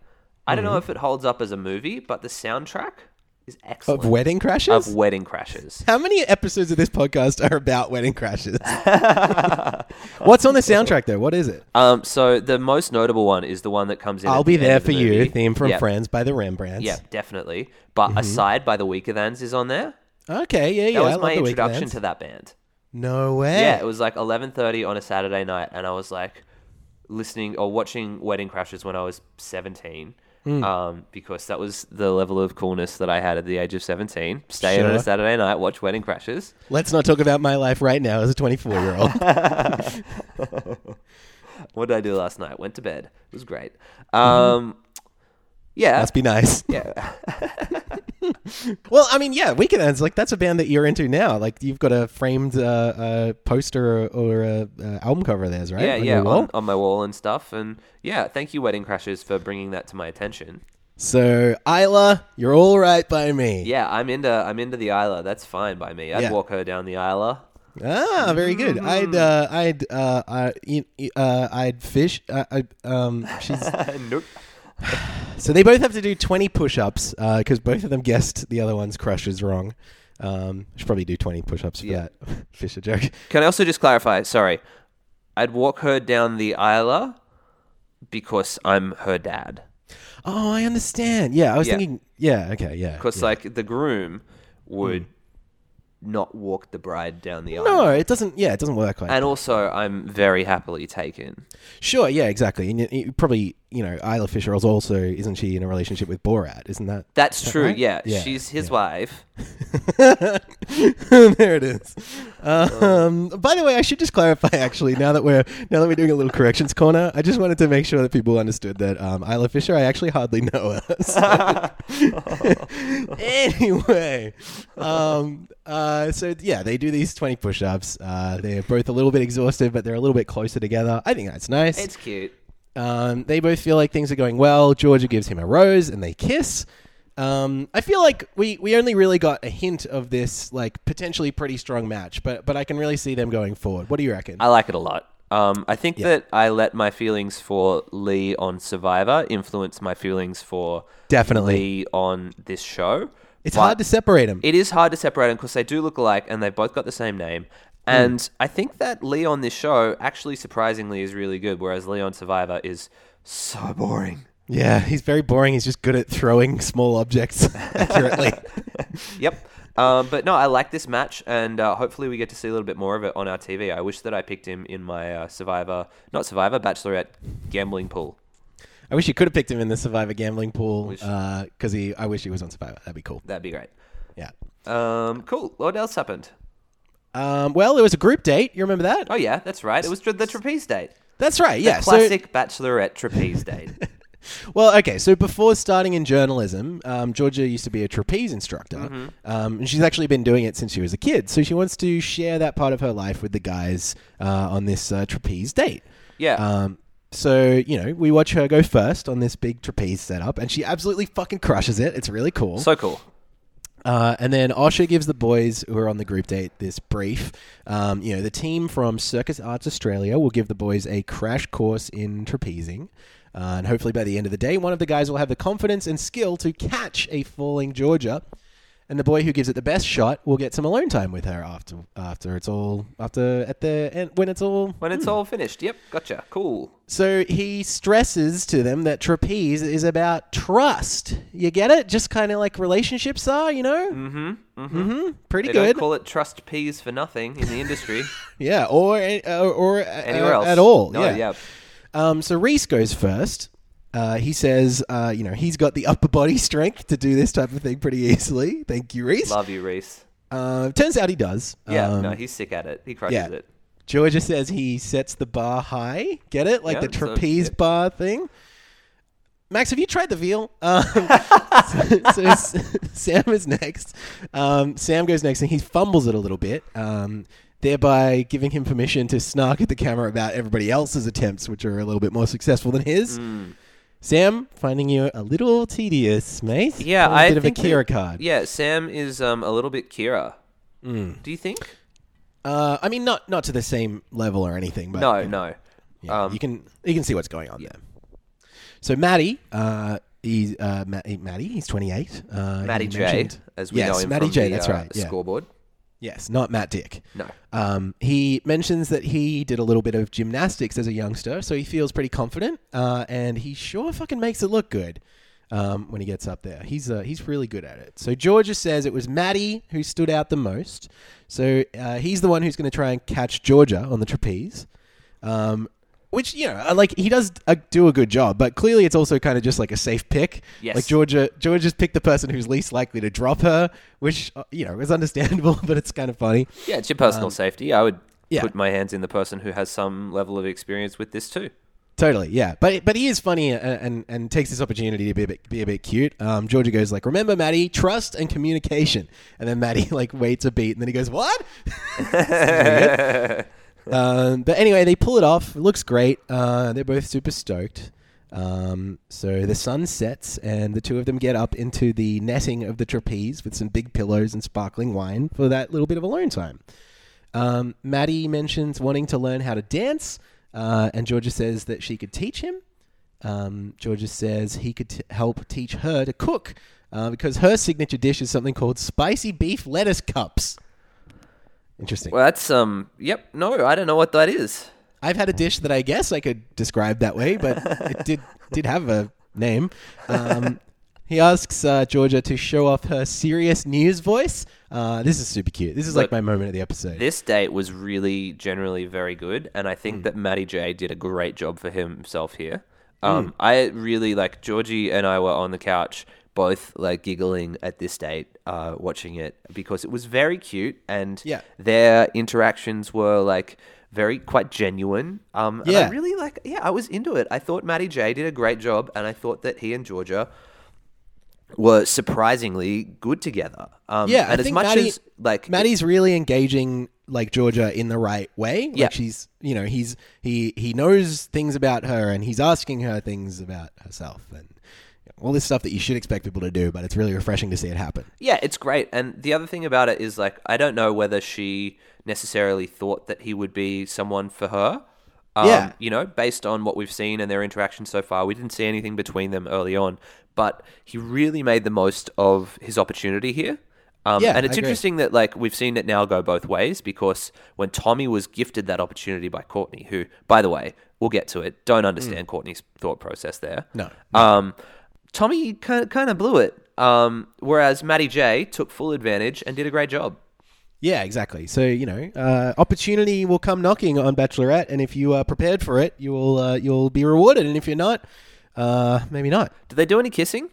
B: I don't know if it holds up as a movie, but the soundtrack is excellent.
A: Of wedding crashes.
B: Of Wedding Crashers.
A: How many episodes of this podcast are about wedding
B: [LAUGHS]
A: crashes? [LAUGHS] What's on the soundtrack though? What is it?
B: Um, so the most notable one is the one that comes in.
A: I'll
B: at
A: be
B: the end
A: there
B: of
A: for
B: the
A: you.
B: movie.
A: Theme from
B: Yep.
A: Friends by the Rembrandts.
B: Yeah, definitely. But Aside by the Weaker Thans is on there.
A: Okay. Yeah.
B: That
A: Yeah. I
B: was
A: love
B: my
A: the
B: introduction
A: Weekends.
B: to that band.
A: No way.
B: Yeah, it was like 11:30 on a Saturday night, and I was like listening or watching Wedding Crashers when I was 17,
A: Hmm.
B: um, because that was the level of coolness that I had at the age of 17. Stay in on a
A: Sure.
B: Saturday night, watch Wedding Crashers.
A: Let's not talk about my life right now as a 24 year
B: [LAUGHS]
A: old.
B: What did I do last night? Went to bed. It was great.
A: Mm-hmm.
B: Um, yeah,
A: Must be nice.
B: yeah,
A: [LAUGHS] Well, I mean, yeah, Weekends. Like that's a band that you're into now. Like you've got a framed uh, uh, poster or, or a uh, album cover of theirs, right?
B: yeah,
A: on
B: yeah,
A: your wall?
B: on, on my wall and stuff. And yeah, thank you, Wedding Crashers, for bringing that to my attention.
A: So Isla, you're all right by me.
B: Yeah, I'm into I'm into the Isla. That's fine by me. I'd
A: Yeah.
B: walk her down the Isla. [LAUGHS]
A: Ah, very good.
B: Mm.
A: I'd, uh, I'd, uh, I, you- you- uh, I'd fish. Uh, I, um, she's
B: nope.
A: uh, So they both have to do 20 push ups because both of them guessed the other one's crushes wrong. Um, should probably do 20 push ups for
B: Yeah.
A: that [LAUGHS] Fisher joke.
B: Can I also just clarify? Sorry, I'd walk her down the aisle because I'm her dad.
A: Oh, I understand. Yeah, I was
B: Yeah.
A: thinking. Yeah, okay, yeah.
B: Because
A: yeah. Hmm.
B: like the groom would not walk the bride down the aisle.
A: no, it doesn't. Yeah, it doesn't work like.
B: And also, I'm very happily taken.
A: sure, yeah, exactly. And it, it probably, you know, Isla Fisher is also isn't she in a relationship with Borat? Isn't that?
B: That's true.
A: right?
B: Yeah,
A: Yeah,
B: she's his wife.
A: [LAUGHS] there it is. Um, by the way, I should just clarify. Actually, now that we're now that we're doing a little corrections corner, I just wanted to make sure that people understood that um, Isla Fisher. I actually hardly know her. [LAUGHS] so- anyway, um, uh, so yeah, they do these twenty push-ups. Uh, they're both a little bit exhausted, but they're a little bit closer together. I think that's nice.
B: It's cute.
A: Um, they both feel like things are going well. Georgia gives him a rose and they kiss. Um, I feel like we, we only really got a hint of this like potentially pretty strong match, but but I can really see them going forward. What do you reckon?
B: I like it a lot. Um, I think that I let my feelings for Lee on Survivor influence my feelings for
A: Definitely.
B: Lee on this show.
A: it's
B: But
A: hard to separate them.
B: It is hard to separate them because they do look alike and they've both got the same
A: Hmm.
B: name. And I think that Lee on this show actually surprisingly is really good, whereas Lee on Survivor is so
A: [LAUGHS]
B: boring.
A: yeah, he's very boring. He's just good at throwing [LAUGHS] small objects accurately.
B: Yep. Um, but no, I like this match, and uh, hopefully we get to see a little bit more of it on our TV. I wish that I picked him in my uh, Survivor, not Survivor, Bachelorette gambling pool.
A: I wish you could have picked him in the Survivor gambling pool
B: Wish-
A: because he. I wish he was on Survivor. That'd be cool.
B: That'd be great.
A: Yeah.
B: Um, cool. What else happened?
A: Um, well, it was a group date. You remember that?
B: Oh yeah, that's right. It was the trapeze date,
A: That's right. Yeah. so-
B: classic Bachelorette trapeze
A: [LAUGHS]
B: date.
A: Well, okay. So before starting in journalism, um, Georgia used to be a trapeze instructor, um, and she's actually been doing it since she was a kid. So she wants to share that part of her life with the guys uh, on this uh, trapeze date.
B: Yeah.
A: Um, so you know, we watch her go first on this big trapeze setup, and she absolutely fucking crushes it. It's really cool.
B: so cool.
A: Uh, and then Osha gives the boys who are on the group date this brief. Um, you know, the team from Circus Arts Australia will give the boys a crash course in trapezing. Uh, and hopefully by the end of the day, one of the guys will have the confidence and skill to catch a falling Georgia. And the boy who gives it the best shot will get some alone time with her after after it's all after at the end when it's all
B: When it's all finished. Yep. Gotcha. Cool.
A: so he stresses to them that trapeze is about trust. You get it? Just kind of like relationships are, you know? Mm hmm. Mm hmm. Pretty
B: Mm-hmm. They
A: good.
B: don't call it trust peas for nothing in the
A: [LAUGHS]
B: industry
A: yeah. Or, or, or anywhere
B: anywhere else
A: At all.
B: No,
A: yeah.
B: yeah.
A: Um, so Reese goes first. Uh, he says, uh, you know, he's got the upper body [LAUGHS] strength to do this type of thing pretty easily. Thank you, Reese.
B: Love you, Reese.
A: Uh, turns out he does.
B: Yeah.
A: Um,
B: no, he's sick at it. He crushes
A: yeah.
B: it.
A: Georgia says he sets the bar high. Get it? Like
B: Yeah,
A: the
B: so-
A: trapeze
B: yeah.
A: bar thing. Max, have you tried the veal? Um,
B: [LAUGHS]
A: [LAUGHS] so, so Sam is next. Um, Sam goes next and he fumbles it a little bit, um, thereby giving him permission to snark at the camera about everybody else's attempts, which are a little bit more successful than his.
B: Mm.
A: Sam, finding you a little tedious, mate.
B: Yeah,
A: a
B: I
A: bit of a
B: think
A: Kira
B: that-
A: card.
B: Yeah, Sam is um, a little bit Kira.
A: Hmm.
B: Do you think?
A: Uh, I mean, not not to the same level or anything, but
B: No, no.
A: Uh, Yeah,
B: Um,
A: you can you can see what's going on there. So Maddie, uh, he's uh, Ma- Maddie, he's twenty eight. Uh,
B: Matty
A: he
B: J,
A: mentioned-
B: as we
A: yes,
B: know him
A: Matty
B: from
A: J.
B: the,
A: that's
B: uh,
A: right. Yeah.
B: scoreboard.
A: Yes, not Matt Dick.
B: No.
A: Um, he mentions that he did a little bit of gymnastics as a youngster, so he feels pretty confident, uh, and he sure fucking makes it look good um, when he gets up there. He's uh, he's really good at it. So Georgia says it was Maddie who stood out the most, so uh, he's the one who's going to try and catch Georgia on the trapeze. Um, which you know, uh, like he does uh, do a good job, but clearly it's also kind of just like a safe pick.
B: Yes.
A: Like Georgia, Georgia's picked the person who's least likely to drop her, which uh, you know is [LAUGHS] understandable, but it's kind of funny.
B: Yeah, it's your personal safety. I would
A: Um, yeah.
B: put my hands in the person who has some level of experience with this too.
A: Totally, yeah. But but he is funny and and, and takes this opportunity to be a bit be a bit cute. Um, Georgia goes like, "Remember, Maddie, trust and communication." And then Maddie [LAUGHS] like waits a beat, and then he goes, "What?" um, but anyway, they pull it off. It looks great. Uh, they're both super stoked. Um, so the sun sets, and the two of them get up into the netting of the trapeze with some big pillows and sparkling wine for that little bit of alone time. Um, Maddie mentions wanting to learn how to dance, uh, and Georgia says that she could teach him. Um, Georgia says he could t- help teach her to cook uh, because her signature dish is something called spicy beef lettuce cups. Interesting.
B: Well, that's um. Yep. No, I don't know what that is.
A: I've had a dish that I guess I could describe that way, but
B: [LAUGHS]
A: it did did have a name. Um, he asks uh, Georgia to show off her serious news voice. Uh, this is super cute. This is like
B: Look,
A: my moment of the episode.
B: This date was really generally very good, and I
A: Hmm.
B: think that Matty J did a great job for himself here.
A: Hmm.
B: Um, I really like Georgie and I were on the couch, both like giggling at this date, uh, watching it because it was very cute, and
A: Yeah.
B: their interactions were like very quite genuine. Um, and I
A: Yeah.
B: really like. Yeah, I was into it. I thought Matty J did a great job, and I thought that he and Georgia were surprisingly good together. Um,
A: yeah,
B: and
A: I
B: as
A: think
B: much
A: Maddie-
B: as like
A: Maddie's really engaging like Georgia in the right way. Like
B: Yeah.
A: she's you know he's he he knows things about her and he's asking her things about herself and all this stuff that you should expect people to do, but it's really refreshing to see it happen.
B: Yeah, it's great. And the other thing about it is like I don't know whether she necessarily thought that he would be someone for her. Um,
A: Yeah.
B: You know, based on what we've seen and their interaction so far, we didn't see anything between them early on. But he really made the most of his opportunity here. Um,
A: Yeah,
B: and it's
A: I agree.
B: interesting that like we've seen it now go both ways because when Tommy was gifted that opportunity by Courtney, who, by the way, we'll get to it. Don't understand Courtney's thought process there.
A: Mm. No.
B: Um, Tommy kind kind of blew it. Um, whereas Matty J took full advantage and did a great job.
A: Yeah, exactly. So you know, uh, opportunity will come knocking on Bachelorette, and if you are prepared for it, you will uh, you'll be rewarded, and if you're not, uh, maybe not.
B: Did they do any kissing?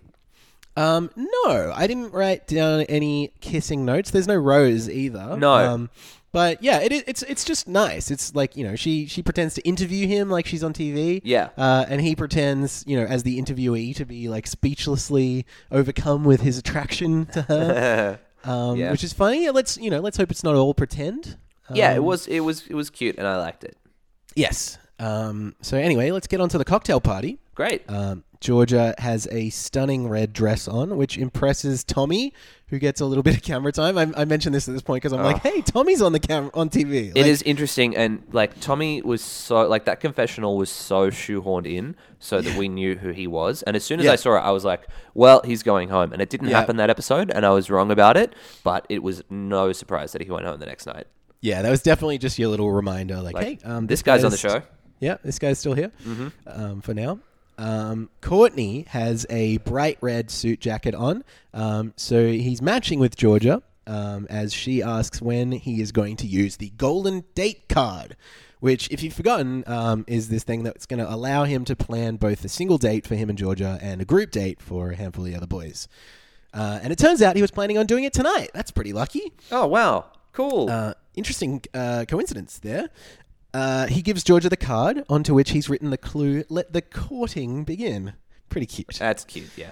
A: Um, no, I didn't write down any kissing notes. There's no rose either.
B: No.
A: Um, but yeah, it, it's it's just nice. It's like you know, she she pretends to interview him like she's on TV.
B: Yeah.
A: Uh, and he pretends, you know, as the interviewee, to be like speechlessly overcome with his attraction to her.
B: [LAUGHS]
A: um,
B: Yeah.
A: which is funny. Let's you know, let's hope it's not all pretend. Um,
B: yeah, it was it was it was cute and I liked it.
A: Yes. Um, so anyway, let's get on to the cocktail party.
B: Great.
A: Um, Georgia has a stunning red dress on, which impresses Tommy, who gets a little bit of camera time. I, I mentioned this at this point because I'm like, "Hey, Tommy's on the camera on TV."
B: Ah. it is interesting and like Tommy was so like that confessional was so shoehorned in so that we knew who he was. And as soon as
A: Yeah.
B: I saw it, I was like, "Well, he's going home." And it didn't
A: Yeah.
B: happen that episode, and I was wrong about it. But it was no surprise that he went home the next night.
A: Yeah, that was definitely just your little reminder, like,
B: Like,
A: "Hey, um,
B: this guy's on the
A: st-
B: show."
A: yeah, this guy's still here um, for now." Um, Courtney has a bright red suit jacket on, um, so he's matching with Georgia um, as she asks when he is going to use the golden date card. which, if you've forgotten, um, is this thing that's going to allow him to plan both a single date for him and Georgia and a group date for a handful of the other boys. Uh, and it turns out he was planning on doing it tonight. That's pretty lucky.
B: Oh wow, cool.
A: Uh, interesting uh, coincidence there. Uh, he gives Georgia the card, onto which he's written the clue, let the courting begin. Pretty cute.
B: That's cute. Yeah.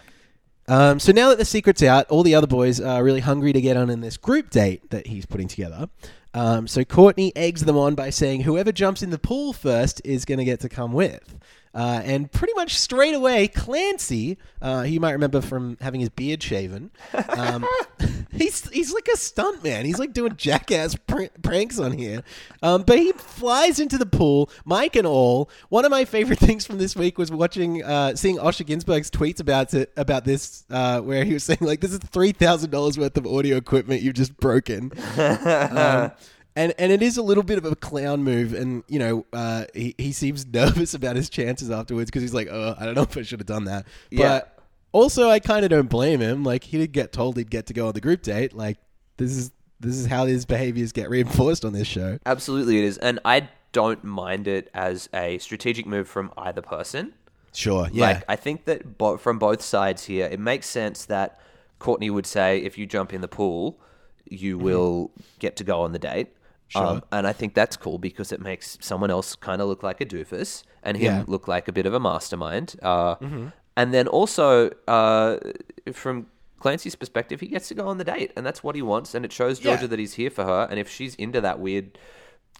A: Um, so now that the secret's out, all the other boys are really hungry to get on in this group date that he's putting together. Um, so Courtney eggs them on by saying whoever jumps in the pool first is going to get to come with. Uh, and pretty much straight away, Clancy, uh, who you might remember from having his beard shaven, um, [LAUGHS] he's he's like a stunt man. He's like doing jackass pr- pranks on here. Um, but he flies into the pool, Mike and all. One of my favorite [LAUGHS] things from this week was watching, uh, seeing Osher Ginsburg's tweets about it about this, uh, where he was saying like, "This is three thousand dollars worth of audio equipment you've just broken." Um, and and it is a little bit of a clown move, and you know uh, he he seems [LAUGHS] nervous about his chances afterwards because he's like, oh, I don't know if I should have done that.
B: Yeah.
A: But also, I kind of don't blame him. Like he did get told he'd get to go on the group date. Like this is this is how his behaviors get reinforced on this show.
B: Absolutely, it is, and I don't mind it as a strategic move from either person.
A: Sure, yeah,
B: Like I think that bo- from both sides here, it makes sense that Courtney would say, "If you jump in the pool, you
A: Mm-hmm.
B: will get to go on the date." Um, and I think that's cool because it makes someone else kind of look like a doofus and him
A: Yeah. Mm-hmm.
B: look like a bit of a mastermind. Uh, And then also, uh, from Clancy's perspective, he gets to go on the date, and that's what he wants. And it shows
A: Yeah.
B: Georgia that he's here for her. And if she's into that weird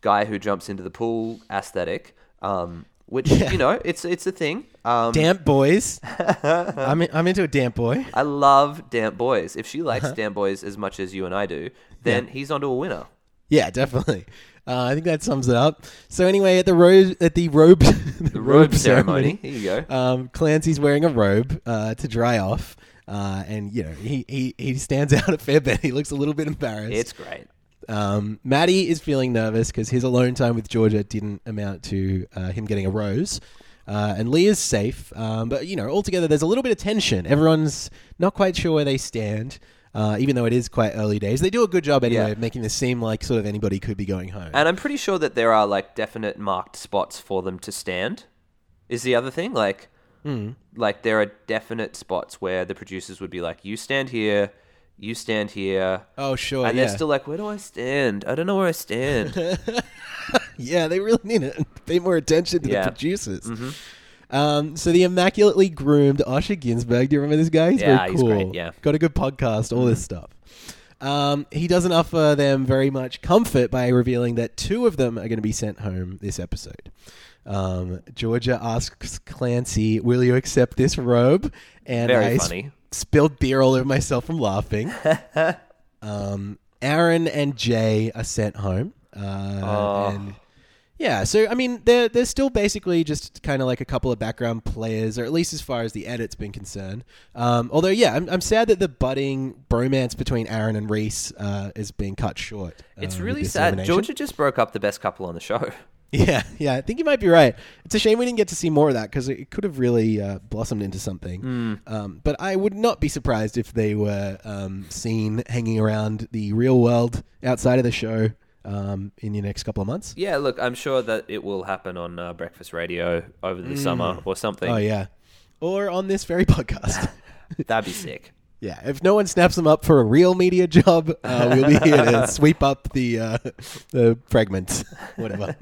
B: guy who jumps into the pool aesthetic, um, which you know, it's it's a thing. Um,
A: damp [LAUGHS] boys. I'm in, I'm into a damp boy.
B: I
A: Uh-huh.
B: love damp boys. If she likes damp boys as much as you and I do, then he's onto a winner.
A: Yeah, definitely. Uh, I think that sums it up. So anyway, at the robe at the robe [LAUGHS] the
B: Robe ceremony. Here you go.
A: um, Clancy's wearing a robe uh, to dry off, uh, and you know he, he he stands [LAUGHS] out a fair bit. He looks a little bit embarrassed.
B: It's great.
A: Um, Maddie is feeling nervous because his alone time with Georgia didn't amount to uh, him getting a rose. Uh, and Leah's safe. Um, but, you know, altogether, there's a little bit of tension. Everyone's not quite sure where they stand, uh, even though it is quite early days. They do a good job anyway
B: Yeah.
A: of making this seem like sort of anybody could be going home.
B: And I'm pretty sure that there are like definite marked spots for them to stand. Is the other thing like,
A: Hmm.
B: like there are definite spots where the producers would be like, "You stand here, you stand here,"
A: oh, sure.
B: and
A: yeah.
B: they're still like, "Where do I stand? I don't know where I
A: [LAUGHS]
B: stand."
A: yeah, they really need to [LAUGHS] pay more attention to
B: Yeah. Mm-hmm.
A: the producers. Um, so the immaculately groomed Osher Ginsburg, do you remember this guy? He's
B: Yeah,
A: very
B: he's
A: cool.
B: great, yeah. Mm-hmm.
A: got a good podcast, all this stuff. Um, he doesn't offer them very much comfort by revealing that two of them are going to be sent home this episode. Um, Georgia asks Clancy, "Will you accept this robe?" And
B: Very
A: I s-
B: funny.
A: spilled beer all over myself from laughing. um, Aaron and Jay are sent home. Uh,
B: Oh.
A: and yeah, so I mean, they're they're still basically just kind of like a couple of background players, or at least as far as the edit's been concerned. Um, although, yeah, I'm, I'm sad that the budding bromance between Aaron and Reese uh, is being cut short.
B: It's
A: uh, with
B: really
A: this
B: sad.
A: elimination.
B: Georgia just broke up the best couple on the show.
A: [LAUGHS] Yeah, yeah, I think you might be right. It's a shame we didn't get to see more of that because it could have really uh, blossomed into something. Um, but I would not be surprised if they were um, seen hanging around the real world outside of the show um, in the next couple of months.
B: Yeah, look, I'm sure that it will happen on uh, breakfast radio over the summer or something.
A: Oh yeah, or on this very [LAUGHS] podcast.
B: That'd be sick.
A: yeah, if no one snaps them up for a real media job, uh, we'll be here [LAUGHS] to sweep up the uh, the fragments, [LAUGHS] whatever.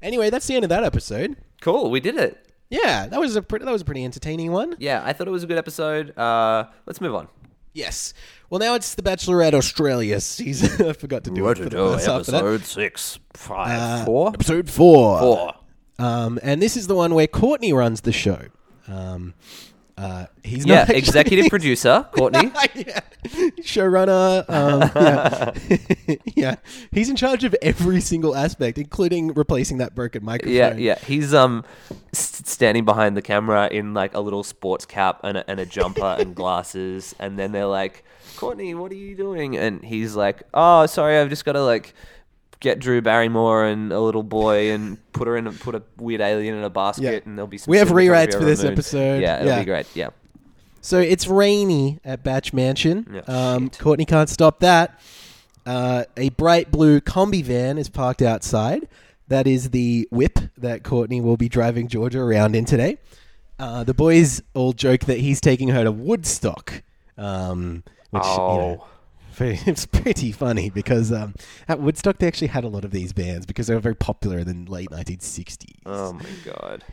A: anyway, that's the end of that episode.
B: Cool, we did it.
A: Yeah, that was a pretty, that was a pretty entertaining one.
B: Yeah, I thought it was a good episode. Uh, let's move on.
A: Yes. Well, now it's The Bachelorette Australia season. [LAUGHS] I forgot to do it for the first half of that.
B: six, five,
A: Uh,
B: four?
A: Episode four.
B: Four.
A: Um, and this is the one where Courtney runs the show. Um, uh, he's
B: Yeah,
A: [LAUGHS] not actually-
B: executive producer
A: [LAUGHS]
B: Courtney.
A: yeah. Showrunner. Um, yeah. [LAUGHS] yeah. He's in charge of every single aspect, including replacing that broken microphone.
B: Yeah, yeah. He's um s- standing behind the camera in like a little sports cap and a, and a jumper
A: [LAUGHS]
B: and glasses, and then they're like, "Courtney, what are you doing?" And he's like, "Oh, sorry, I've just got to like get Drew Barrymore and a little boy and put her in a, put a weird alien in a basket,
A: Yeah.
B: and there'll be some
A: We have
B: cinematography
A: rewrites for
B: over
A: this
B: the moon."
A: episode.
B: Yeah, it'll
A: Yeah.
B: be great. Yeah,
A: So it's rainy at Batch Mansion.
B: Yeah,
A: um,
B: shit.
A: Courtney can't stop that. Uh, a bright blue combi van is parked outside. That is the whip that Courtney will be driving Georgia around in today. Uh, the boys all joke that he's taking her to Woodstock, um, which you know,
B: Oh.
A: [LAUGHS] it's pretty funny because um, at Woodstock they actually had a lot of these bands because they were very popular in the late 1960s.
B: Oh
A: [LAUGHS]
B: my god.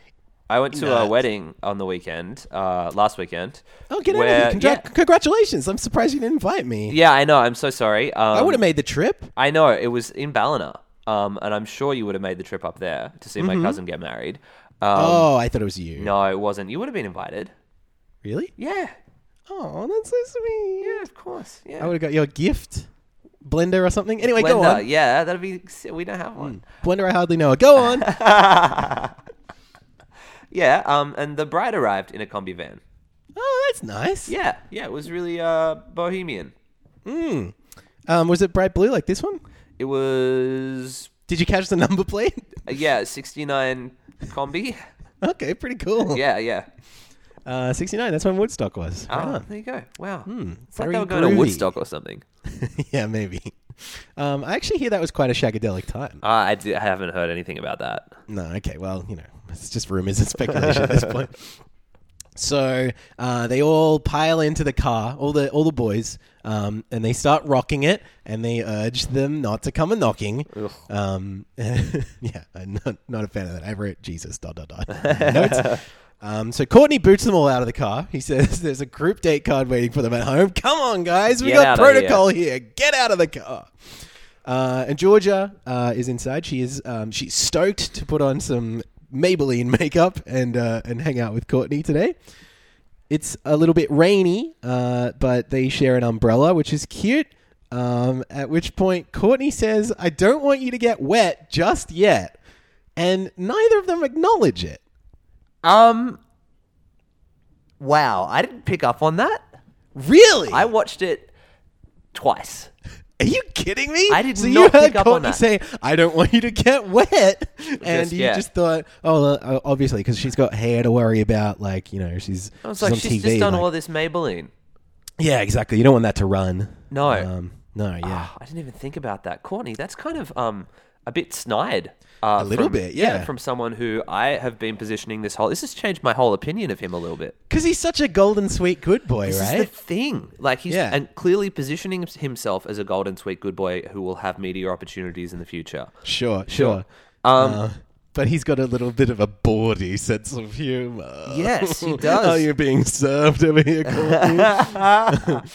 B: I went to
A: Nah.
B: a wedding on the weekend, uh, last weekend.
A: oh, get out
B: where-
A: of here! Congra-
B: yeah.
A: Congratulations! I'm surprised you didn't invite me.
B: Yeah, I know. I'm so sorry. Um,
A: I would have made the trip.
B: I know it was in Ballina, um, and I'm sure you would have made the trip up there to see my cousin get married. Um,
A: Mm-hmm. oh, I thought it was you.
B: No, it wasn't. You would have been invited.
A: Really?
B: Yeah,
A: Oh, that's so sweet.
B: yeah, of course. Yeah,
A: I would have got your gift blender or something. Anyway, go
B: Blender,
A: on. Mm.
B: Yeah, that'd be. We don't have one.
A: Blender, I hardly know. her. Go
B: [LAUGHS]
A: on.
B: Yeah, um, and the bride arrived in a combi van.
A: oh, that's nice.
B: Yeah, yeah, it was really uh bohemian.
A: Mm. Um, was it bright blue like this one?
B: It was
A: Did you catch the [LAUGHS] number plate?
B: uh, yeah, 69 combi.
A: okay, pretty cool.
B: yeah,
A: [LAUGHS]
B: yeah.
A: Uh, 69, that's when Woodstock was. Right
B: Oh,
A: on.
B: there you go. Wow. It's
A: Hmm, very
B: like they were going
A: groovy.
B: to Woodstock or something.
A: [LAUGHS] yeah, maybe. Um, I actually hear that was quite a shagadelic time.
B: Uh, I, d- I haven't heard anything about that.
A: No, okay. Well, you know, it's just rumors and speculation at this point. So uh, they all pile into the car, all the all the boys, um, and they start rocking it, and they urge them not to come a knocking. Um, [LAUGHS] yeah, I'm not, not a fan of that. I wrote Jesus dot dot dot. in my notes. Um, so Courtney boots them all out of the car. He says, [LAUGHS] "There's a group date card waiting for them at home. Come on, guys, we
B: Get
A: got
B: out of here."
A: protocol here. Get out of the car." Uh, and Georgia uh, is inside. She is um, she's stoked to put on some Maybelline makeup and uh, and hang out with Courtney today. It's a little bit rainy, uh, but they share an umbrella, which is cute. Um, at which point, Courtney says, I don't want you to get wet just yet. And neither of them acknowledge it.
B: Um. Wow, I didn't pick up on that.
A: Really?
B: I watched it twice.
A: Are you kidding me?
B: I did
A: so
B: not
A: you heard
B: pick up on
A: Courtney
B: that.
A: say, "I don't want you to get wet," and
B: Just
A: you
B: yet.
A: just thought, "Oh, uh, obviously, because she's got hair to worry about. Like, you know, she's,
B: I was
A: she's
B: like,
A: on
B: she's
A: TV.
B: just done
A: like-
B: all this Maybelline.
A: yeah, exactly. You don't want that to run.
B: No.
A: um, no, yeah."
B: Ah, I didn't even think about that, Courtney. That's kind of um a bit snide. Uh,
A: A little
B: from-
A: bit, yeah.
B: From someone who I have been positioning this whole. This has changed my whole opinion of him a little bit.
A: Because he's such a golden sweet good boy,
B: This
A: right?
B: is the thing. Like he's
A: Yeah.
B: and clearly positioning himself as a golden sweet good boy who will have media opportunities in the future.
A: Sure, sure.
B: Um,
A: Uh, but he's got a little bit of a bawdy sense of humor.
B: Yes, he does.
A: [LAUGHS] oh, you're being served over here,
B: [LAUGHS]
A: Courtney.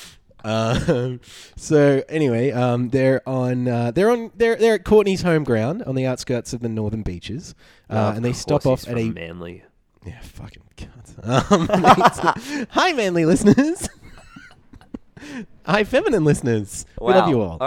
A: um, so anyway, um, they're on uh, they're on they're they're at Courtney's home ground on the outskirts of the northern beaches, [LAUGHS] uh,
B: Oh, Of
A: and they
B: course
A: stop off
B: he's
A: at
B: from
A: a
B: manly.
A: yeah fucking cunt. [LAUGHS] Um, they- hi, manly listeners. [LAUGHS] hi, feminine listeners. We love
B: Wow.
A: you all. Mm-hmm.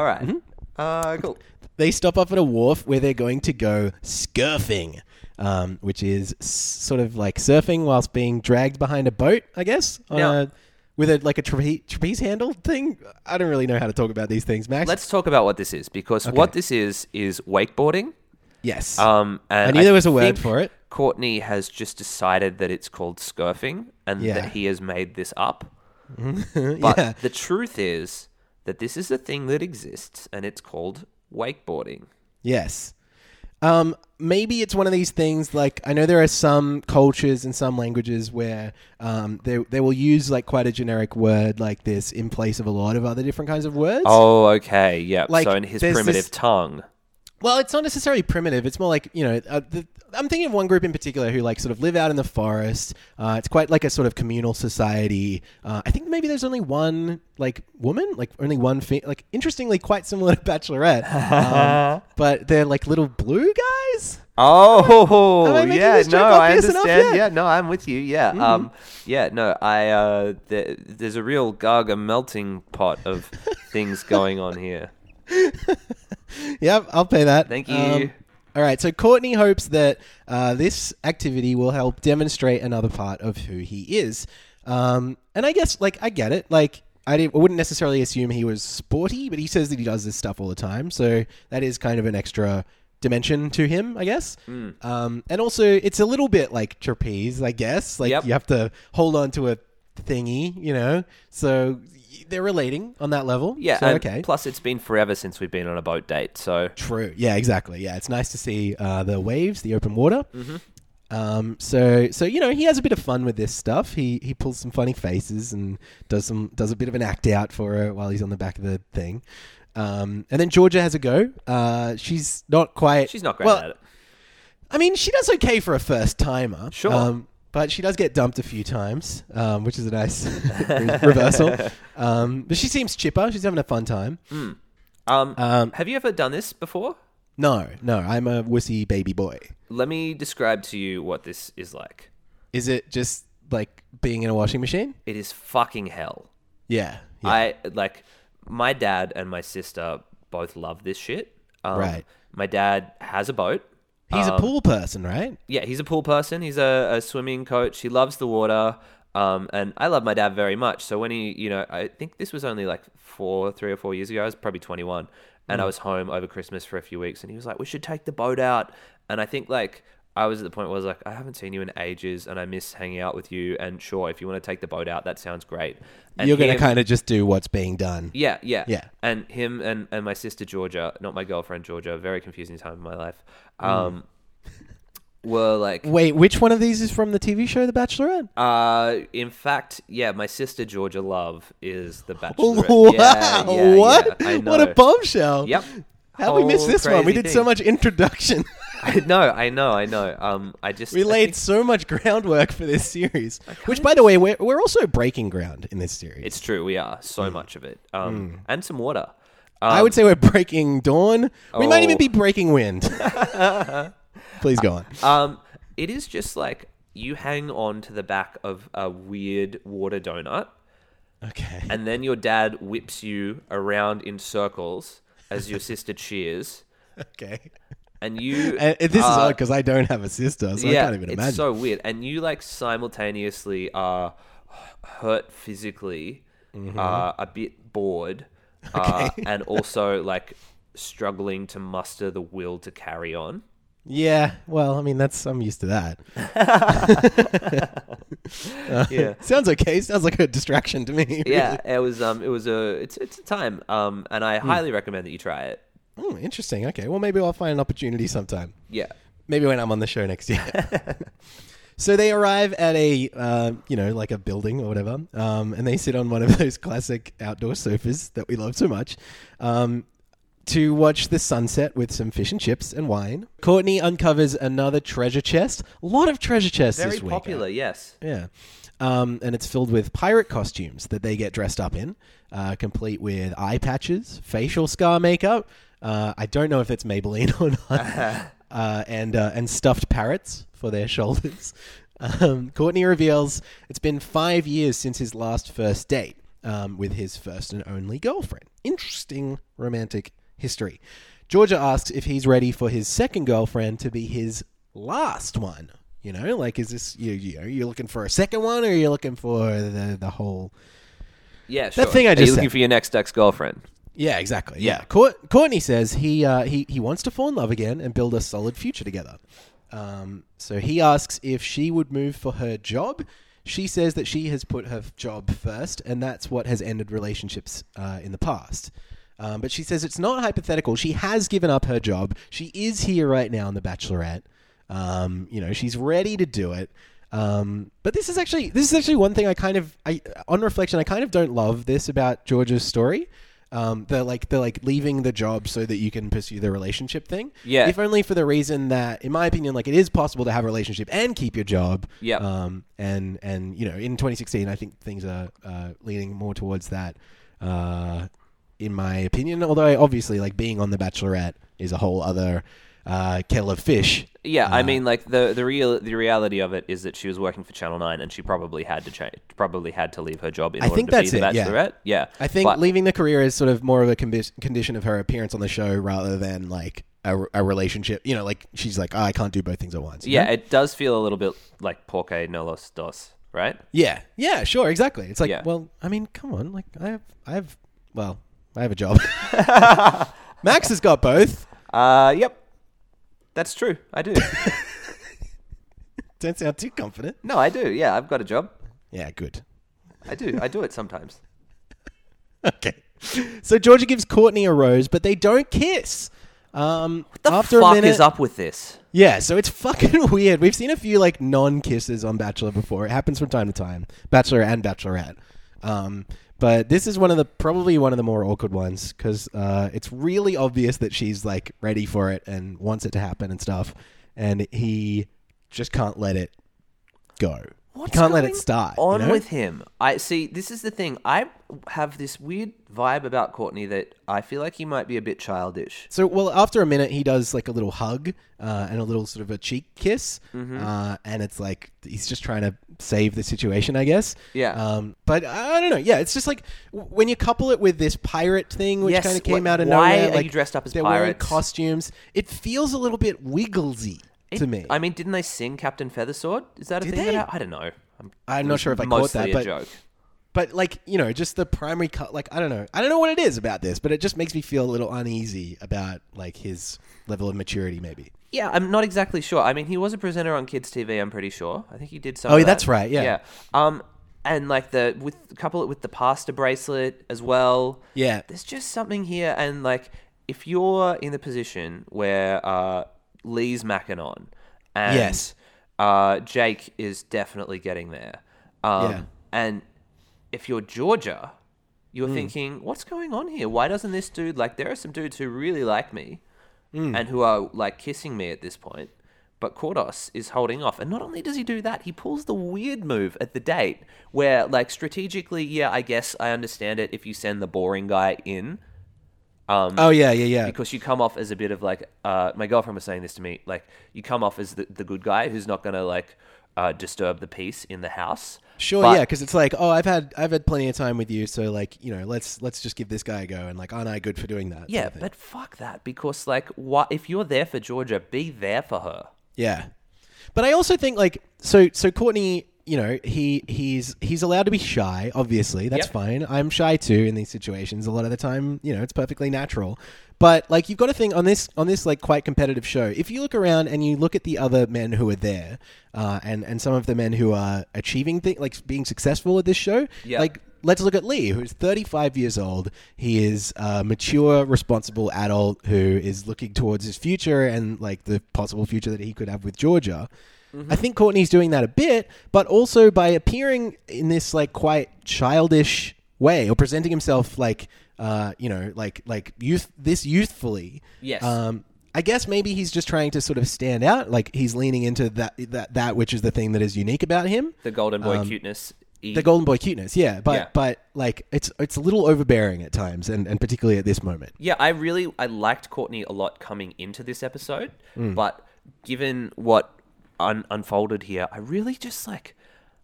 B: All right. Uh, cool.
A: They stop off at a wharf where they're going to go scurfing, um, which is s- sort of like surfing whilst being dragged behind a boat, I guess, on
B: Now-
A: a- with a like a trape- trapeze handle thing. I don't really know how to talk about these things, Max.
B: Let's talk about what this is because what this is is wakeboarding.
A: yes, [LAUGHS]
B: Um, and
A: I knew there was a word
B: think
A: for it.
B: Courtney has just decided that it's called scurfing and
A: Yeah.
B: that he has made this up. But
A: Yeah.
B: the truth is that this is a thing that exists and it's called wakeboarding.
A: yes. Um, maybe it's one of these things. Like I know there are some cultures and some languages where um, they they will use like quite a generic word like this in place of a lot of other different kinds of words.
B: Oh, okay. Yeah.
A: Like,
B: so in his
A: there's
B: primitive
A: this-
B: tongue.
A: Well, it's not necessarily primitive. It's more like you know, uh, the, I'm thinking of one group in particular who like sort of live out in the forest. Uh, it's quite like a sort of communal society. Uh, I think maybe there's only one like woman, like only one fe- like interestingly quite similar to Bachelorette, um, but they're like little blue guys.
B: Oh,
A: Am I making
B: yeah,
A: this
B: no,
A: joke
B: I
A: obvious enough
B: understand.
A: yet? Mm-hmm.
B: Yeah, no, I'm with you. Yeah, um, yeah, no, I uh, th- there's a real Gaga melting pot of
A: [LAUGHS]
B: things going on here.
A: Yep, I'll pay that. Um,
B: Thank you.
A: all right, so Courtney hopes that uh, this activity will help demonstrate another part of who he is. Um, and I guess, like, I get it. Like, I, didn't, I wouldn't necessarily assume he was sporty, but he says that he does this stuff all the time. So that is kind of an extra dimension to him, I guess.
B: Hmm.
A: Um, and also, it's a little bit like trapeze, I guess. Like,
B: Yep.
A: you have to hold on to a thingy, you know? So y- they're relating on that level.
B: Yeah,
A: So,
B: and
A: okay.
B: plus it's been forever since we've been on a boat date, so
A: True. Yeah, exactly. Yeah, it's nice to see uh, the waves, the open water.
B: Mm-hmm.
A: Um, so, so you know, he has a bit of fun with this stuff. He he pulls some funny faces and does some does a bit of an act out for her while he's on the back of the thing. Um, and then Georgia has a go. Uh, she's not quite.
B: she's not great
A: well,
B: at it.
A: I mean, she does okay for a first timer.
B: Sure.
A: Um, but she does get dumped a few times, um, which is a nice [LAUGHS] re-
B: [LAUGHS]
A: reversal. Um, but she seems chipper. She's having a fun time.
B: Um,
A: Um,
B: have you ever done this before?
A: no, no, I'm a wussy baby boy.
B: Let me describe to you what this is like.
A: Is it just like being in a washing machine?
B: It is fucking hell.
A: Yeah. yeah.
B: I like my dad and my sister both love this shit. Um,
A: Right.
B: My dad has a boat.
A: He's
B: um,
A: a pool person, right?
B: Yeah, he's a pool person. He's a, a swimming coach. He loves the water. Um, and I love my dad very much. So when he, you know, I think this was only like four, three or four years ago. I was probably 21.
A: Mm.
B: And I was home over Christmas for a few weeks. And he was like, we should take the boat out. And I think like I was at the point where I was like, I haven't seen you in ages and I miss hanging out with you. And sure, if you want to take the boat out, that sounds great. And
A: You're going to
B: him-
A: kind of just do what's being done.
B: yeah, yeah,
A: Yeah.
B: And him and and my sister Georgia, not my girlfriend Georgia, very confusing time in my life.
A: Mm.
B: Um, were like,
A: Wait, which one of these is from the TV show The Bachelorette?
B: uh, in fact, yeah, my sister Georgia Love is the
A: Oh,
B: Bachelor.
A: [LAUGHS] wow. what? What a bombshell.
B: Yep.
A: How would we miss
B: Whole
A: this one? We
B: crazy
A: did so
B: thing.
A: much introduction. [LAUGHS]
B: I know, I know, I know. Um, I just
A: we
B: I
A: laid
B: think
A: so much groundwork for this series. Which, by the way, we're, we're also breaking ground in this series.
B: It's true. We are so much of it. Um, and some water.
A: Mm.
B: Um,
A: I would say we're breaking dawn. We might
B: Oh.
A: even be breaking
B: [LAUGHS]
A: wind. Please go on.
B: Um, it is just like you hang on to the back of a weird water donut
A: Okay.
B: and then your dad whips you around in circles as your sister cheers,
A: [LAUGHS] okay.
B: and you.
A: [LAUGHS] And Uh, this is
B: are-
A: odd because I don't have a sister, so I can't even imagine.
B: Uh, It's so weird. And you like simultaneously are hurt physically,
A: Mm-hmm.
B: uh, a bit bored, uh, and also like struggling to muster the will to carry
A: [LAUGHS]
B: on.
A: yeah. Well, I mean, that's I'm used to that.
B: [LAUGHS]
A: [LAUGHS]
B: Yeah.
A: Sounds okay. Sounds like a distraction to me. [LAUGHS]
B: Yeah, it was um it was a it's it's a time. Um and
A: Hmm.
B: I highly recommend that you try it.
A: really. Hmm, interesting. Okay. Well, maybe I'll find an opportunity sometime.
B: Yeah.
A: Maybe when I'm on the show next year. [LAUGHS] so they arrive at a, uh, you know, like a building or whatever, um, and they sit on one of [LAUGHS] those classic outdoor sofas that we love so much. Um, to watch the sunset with some fish and chips and wine. Courtney uncovers another treasure chest. A lot of treasure chests
B: Very
A: this week.
B: popular, yes.
A: Yeah. Um, and it's filled with pirate costumes that they get dressed up in, uh, complete with eye patches, facial scar makeup. Uh, I don't know if it's Maybelline or not. uh, and uh, and stuffed parrots for their [LAUGHS] shoulders. Um, Courtney reveals it's been five years since his last first date um, with his first and only girlfriend. Interesting romantic history. Georgia asks if he's ready for his second girlfriend to be his last one. You know, like is this you? you are you looking for a second one, or are you looking for the the whole?
B: Yeah, sure.
A: thing I
B: Are
A: just
B: you looking
A: said.
B: for your next ex girlfriend?
A: Yeah, exactly. Yeah, Court, Courtney says he uh, he he wants to fall in love again and build a solid future together. Um, so he asks if she would move for her job. She says that she has put her job first, and that's what has ended relationships uh, in the past. Um, but she says it's not hypothetical. She has given up her job. She is here right now in The Bachelorette. Um, you know, she's ready to do it. Um, but this is actually this is actually one thing I kind of I on reflection I kind of don't love this about George's story. Um, the like the like leaving the job so that you can pursue the relationship thing.
B: Yeah.
A: If only for the reason that, in my opinion, like it is possible to have a relationship and keep your job.
B: Yep.
A: Um, and and you know, in 2016, I think things are uh, leaning more towards that. Uh, in my opinion, although obviously, like being on the Bachelorette is a whole other uh, kettle of fish.
B: Yeah,
A: Uh,
B: I mean, like the the real the reality of it is that she was working for Channel Nine, and she probably had to change, probably had to leave her job in
A: I
B: order
A: think
B: to
A: that's
B: be the
A: it, yeah.
B: Bachelorette. Yeah,
A: I think
B: But-
A: leaving the career is sort of more of a condi- condition of her appearance on the show rather than like a, a relationship. You know, like she's like, oh, I can't do both things at once. you
B: yeah,
A: know?
B: it does feel a little bit like Porke no los dos, right?
A: Yeah, yeah, sure, exactly. It's like,
B: Yeah.
A: well, I mean, come on, like I have, I have, well, I have
B: [LAUGHS]
A: a job. Max has got both.
B: Uh, yep, that's true. I
A: [LAUGHS]
B: do.
A: Don't sound too confident.
B: no, I do. Yeah, I've got a job.
A: Yeah, good. [LAUGHS]
B: I do. I do it sometimes.
A: Okay. So Georgia gives Courtney a rose, but they don't kiss. Um,
B: The
A: after
B: fuck
A: a minute,
B: is up with this?
A: Yeah, so it's fucking [LAUGHS] weird. We've seen a few like non kisses on Bachelor before. It happens from time to time, Bachelor and Bachelorette. Um, but this is one of the probably one of the more awkward ones because uh, it's really obvious that she's like ready for it and wants it to happen and stuff, and he just can't let it go.
B: What's
A: he can't let
B: going
A: it start. you
B: On
A: know?
B: with him. I see. This is the thing. I have this weird vibe about Courtney that I feel like he might be a bit childish.
A: So, well, after a minute, he does like a little hug uh, and a little sort of a cheek kiss,
B: Mm-hmm.
A: uh, and it's like he's just trying to save the situation, I guess.
B: Yeah.
A: Um, but I don't know. Yeah, it's just like w- when you couple it with this pirate thing, which
B: Yes,
A: kind of came
B: wh-
A: out of
B: why
A: nowhere.
B: are
A: like,
B: you dressed up as
A: they're wearing
B: pirates?
A: costumes. It feels a little bit wigglesy to me.
B: I mean, didn't they sing Captain Feathersword? Is that a
A: Did
B: thing?
A: they?
B: That I, I don't know. I'm,
A: I'm not sure if I caught
B: mostly
A: that,
B: a
A: but
B: joke.
A: but like you know, just the primary cut. Like I don't know. I don't know what it is about this, but it just makes me feel a little uneasy about like his level of maturity, maybe.
B: Yeah, I'm not exactly sure. I mean, he was a presenter on kids' TV. I'm pretty sure. I think he did some.
A: Oh,
B: of
A: yeah,
B: that.
A: that's right, yeah.
B: yeah. Um, and like the with couple it with the pasta bracelet as well.
A: Yeah.
B: there's just something here, and like if you're in the position where uh, Lee's macking on, and
A: Yes.
B: uh, Jake is definitely getting there. Um,
A: Yeah.
B: and if you're Georgia, you're thinking, what's going on here? Why doesn't this dude like? There are some dudes who really like me, and who are like kissing me at this point. But Kordos is holding off, and not only does he do that, he pulls the weird move at the date where, like, strategically, yeah, I guess I understand it. If you send the boring guy in, Um,
A: Oh yeah, yeah, yeah.
B: because you come off as a bit of like uh, my girlfriend was saying this to me like you come off as the, the good guy who's not gonna like uh, disturb the peace in the house.
A: Sure, yeah,
B: But-
A: 'cause yeah, because it's like, oh, I've had I've had plenty of time with you, so like, you know, let's let's just give this guy a go, and like, aren't I good for doing that?
B: Yeah,
A: sort of thing.
B: but fuck that because like, what if you're there for Georgia? Be there for her.
A: yeah. But I also think like, so so Courtney, you know, he he's he's allowed to be shy. Obviously, that's
B: Yep.
A: fine. I'm shy too in these situations. A lot of the time, you know, it's perfectly natural. But like, you've got to think on this on this like quite competitive show. If you look around and you look at the other men who are there, uh, and and some of the men who are achieving things like being successful at this show,
B: Yeah.
A: like let's look at Lee, who's 35 years old. He is a mature, responsible adult who is looking towards his future and like the possible future that he could have with Georgia. I think Courtney's doing that a bit, but also by appearing in this like quite childish way or presenting himself like uh, you know, like like youth this youthfully.
B: Yes.
A: Um, I guess maybe he's just trying to sort of stand out, like he's leaning into that that that which is the thing that is unique about him
B: The golden boy cuteness. e-
A: Um, the golden boy cuteness yeah but
B: Yeah.
A: but like it's it's a little overbearing at times and, and particularly at this moment
B: Yeah, I really I liked Courtney a lot coming into this episode,
A: Hmm.
B: but given what un- unfolded here, I really just like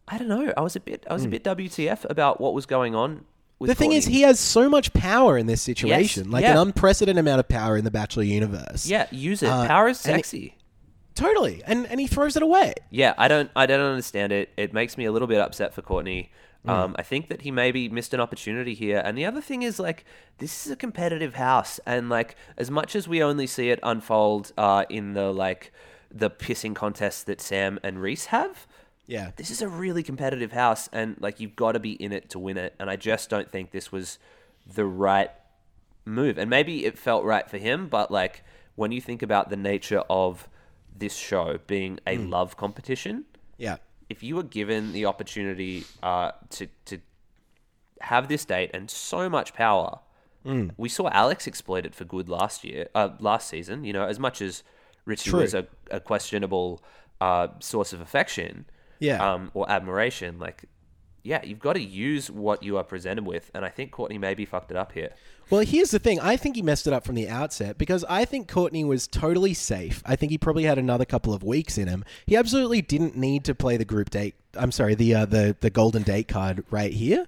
B: I don't know. I was a bit I was a bit WTF about what was going on. With
A: Hmm. the thing is
B: Courtney.
A: he has so much power in this situation like an
B: yeah.
A: unprecedented amount of power in the bachelor universe
B: yeah, use it.
A: uh,
B: Power is
A: and it-
B: sexy.
A: totally and and he throws it away
B: Yeah, I don't I don't understand it. It makes me a little bit upset for Courtney. Um, I think that he maybe missed an opportunity here. And the other thing is like this is a competitive house, and like as much as we only see it unfold uh, in the like the pissing contest that Sam and Reese have,
A: yeah
B: this is a really competitive house, and like you've got to be in it to win it. And I just don't think this was the right move. And maybe it felt right for him, but like when you think about the nature of this show being a love competition,
A: yeah
B: if you were given the opportunity uh, to to have this date and so much power,
A: Mm.
B: we saw Alex exploit it for good last year, uh, last season. You know, as much as Richie
A: True.
B: was a, a questionable uh, source of affection,
A: Yeah.
B: um, or admiration, like. Yeah, you've got to use what you are presented with, and I think Courtney maybe fucked it up here.
A: Well, here's the thing. I think he messed it up from the outset because I think Courtney was totally safe. I think he probably had another couple of weeks in him. He absolutely didn't need to play the group date. I'm sorry, the uh, the the golden date card right here.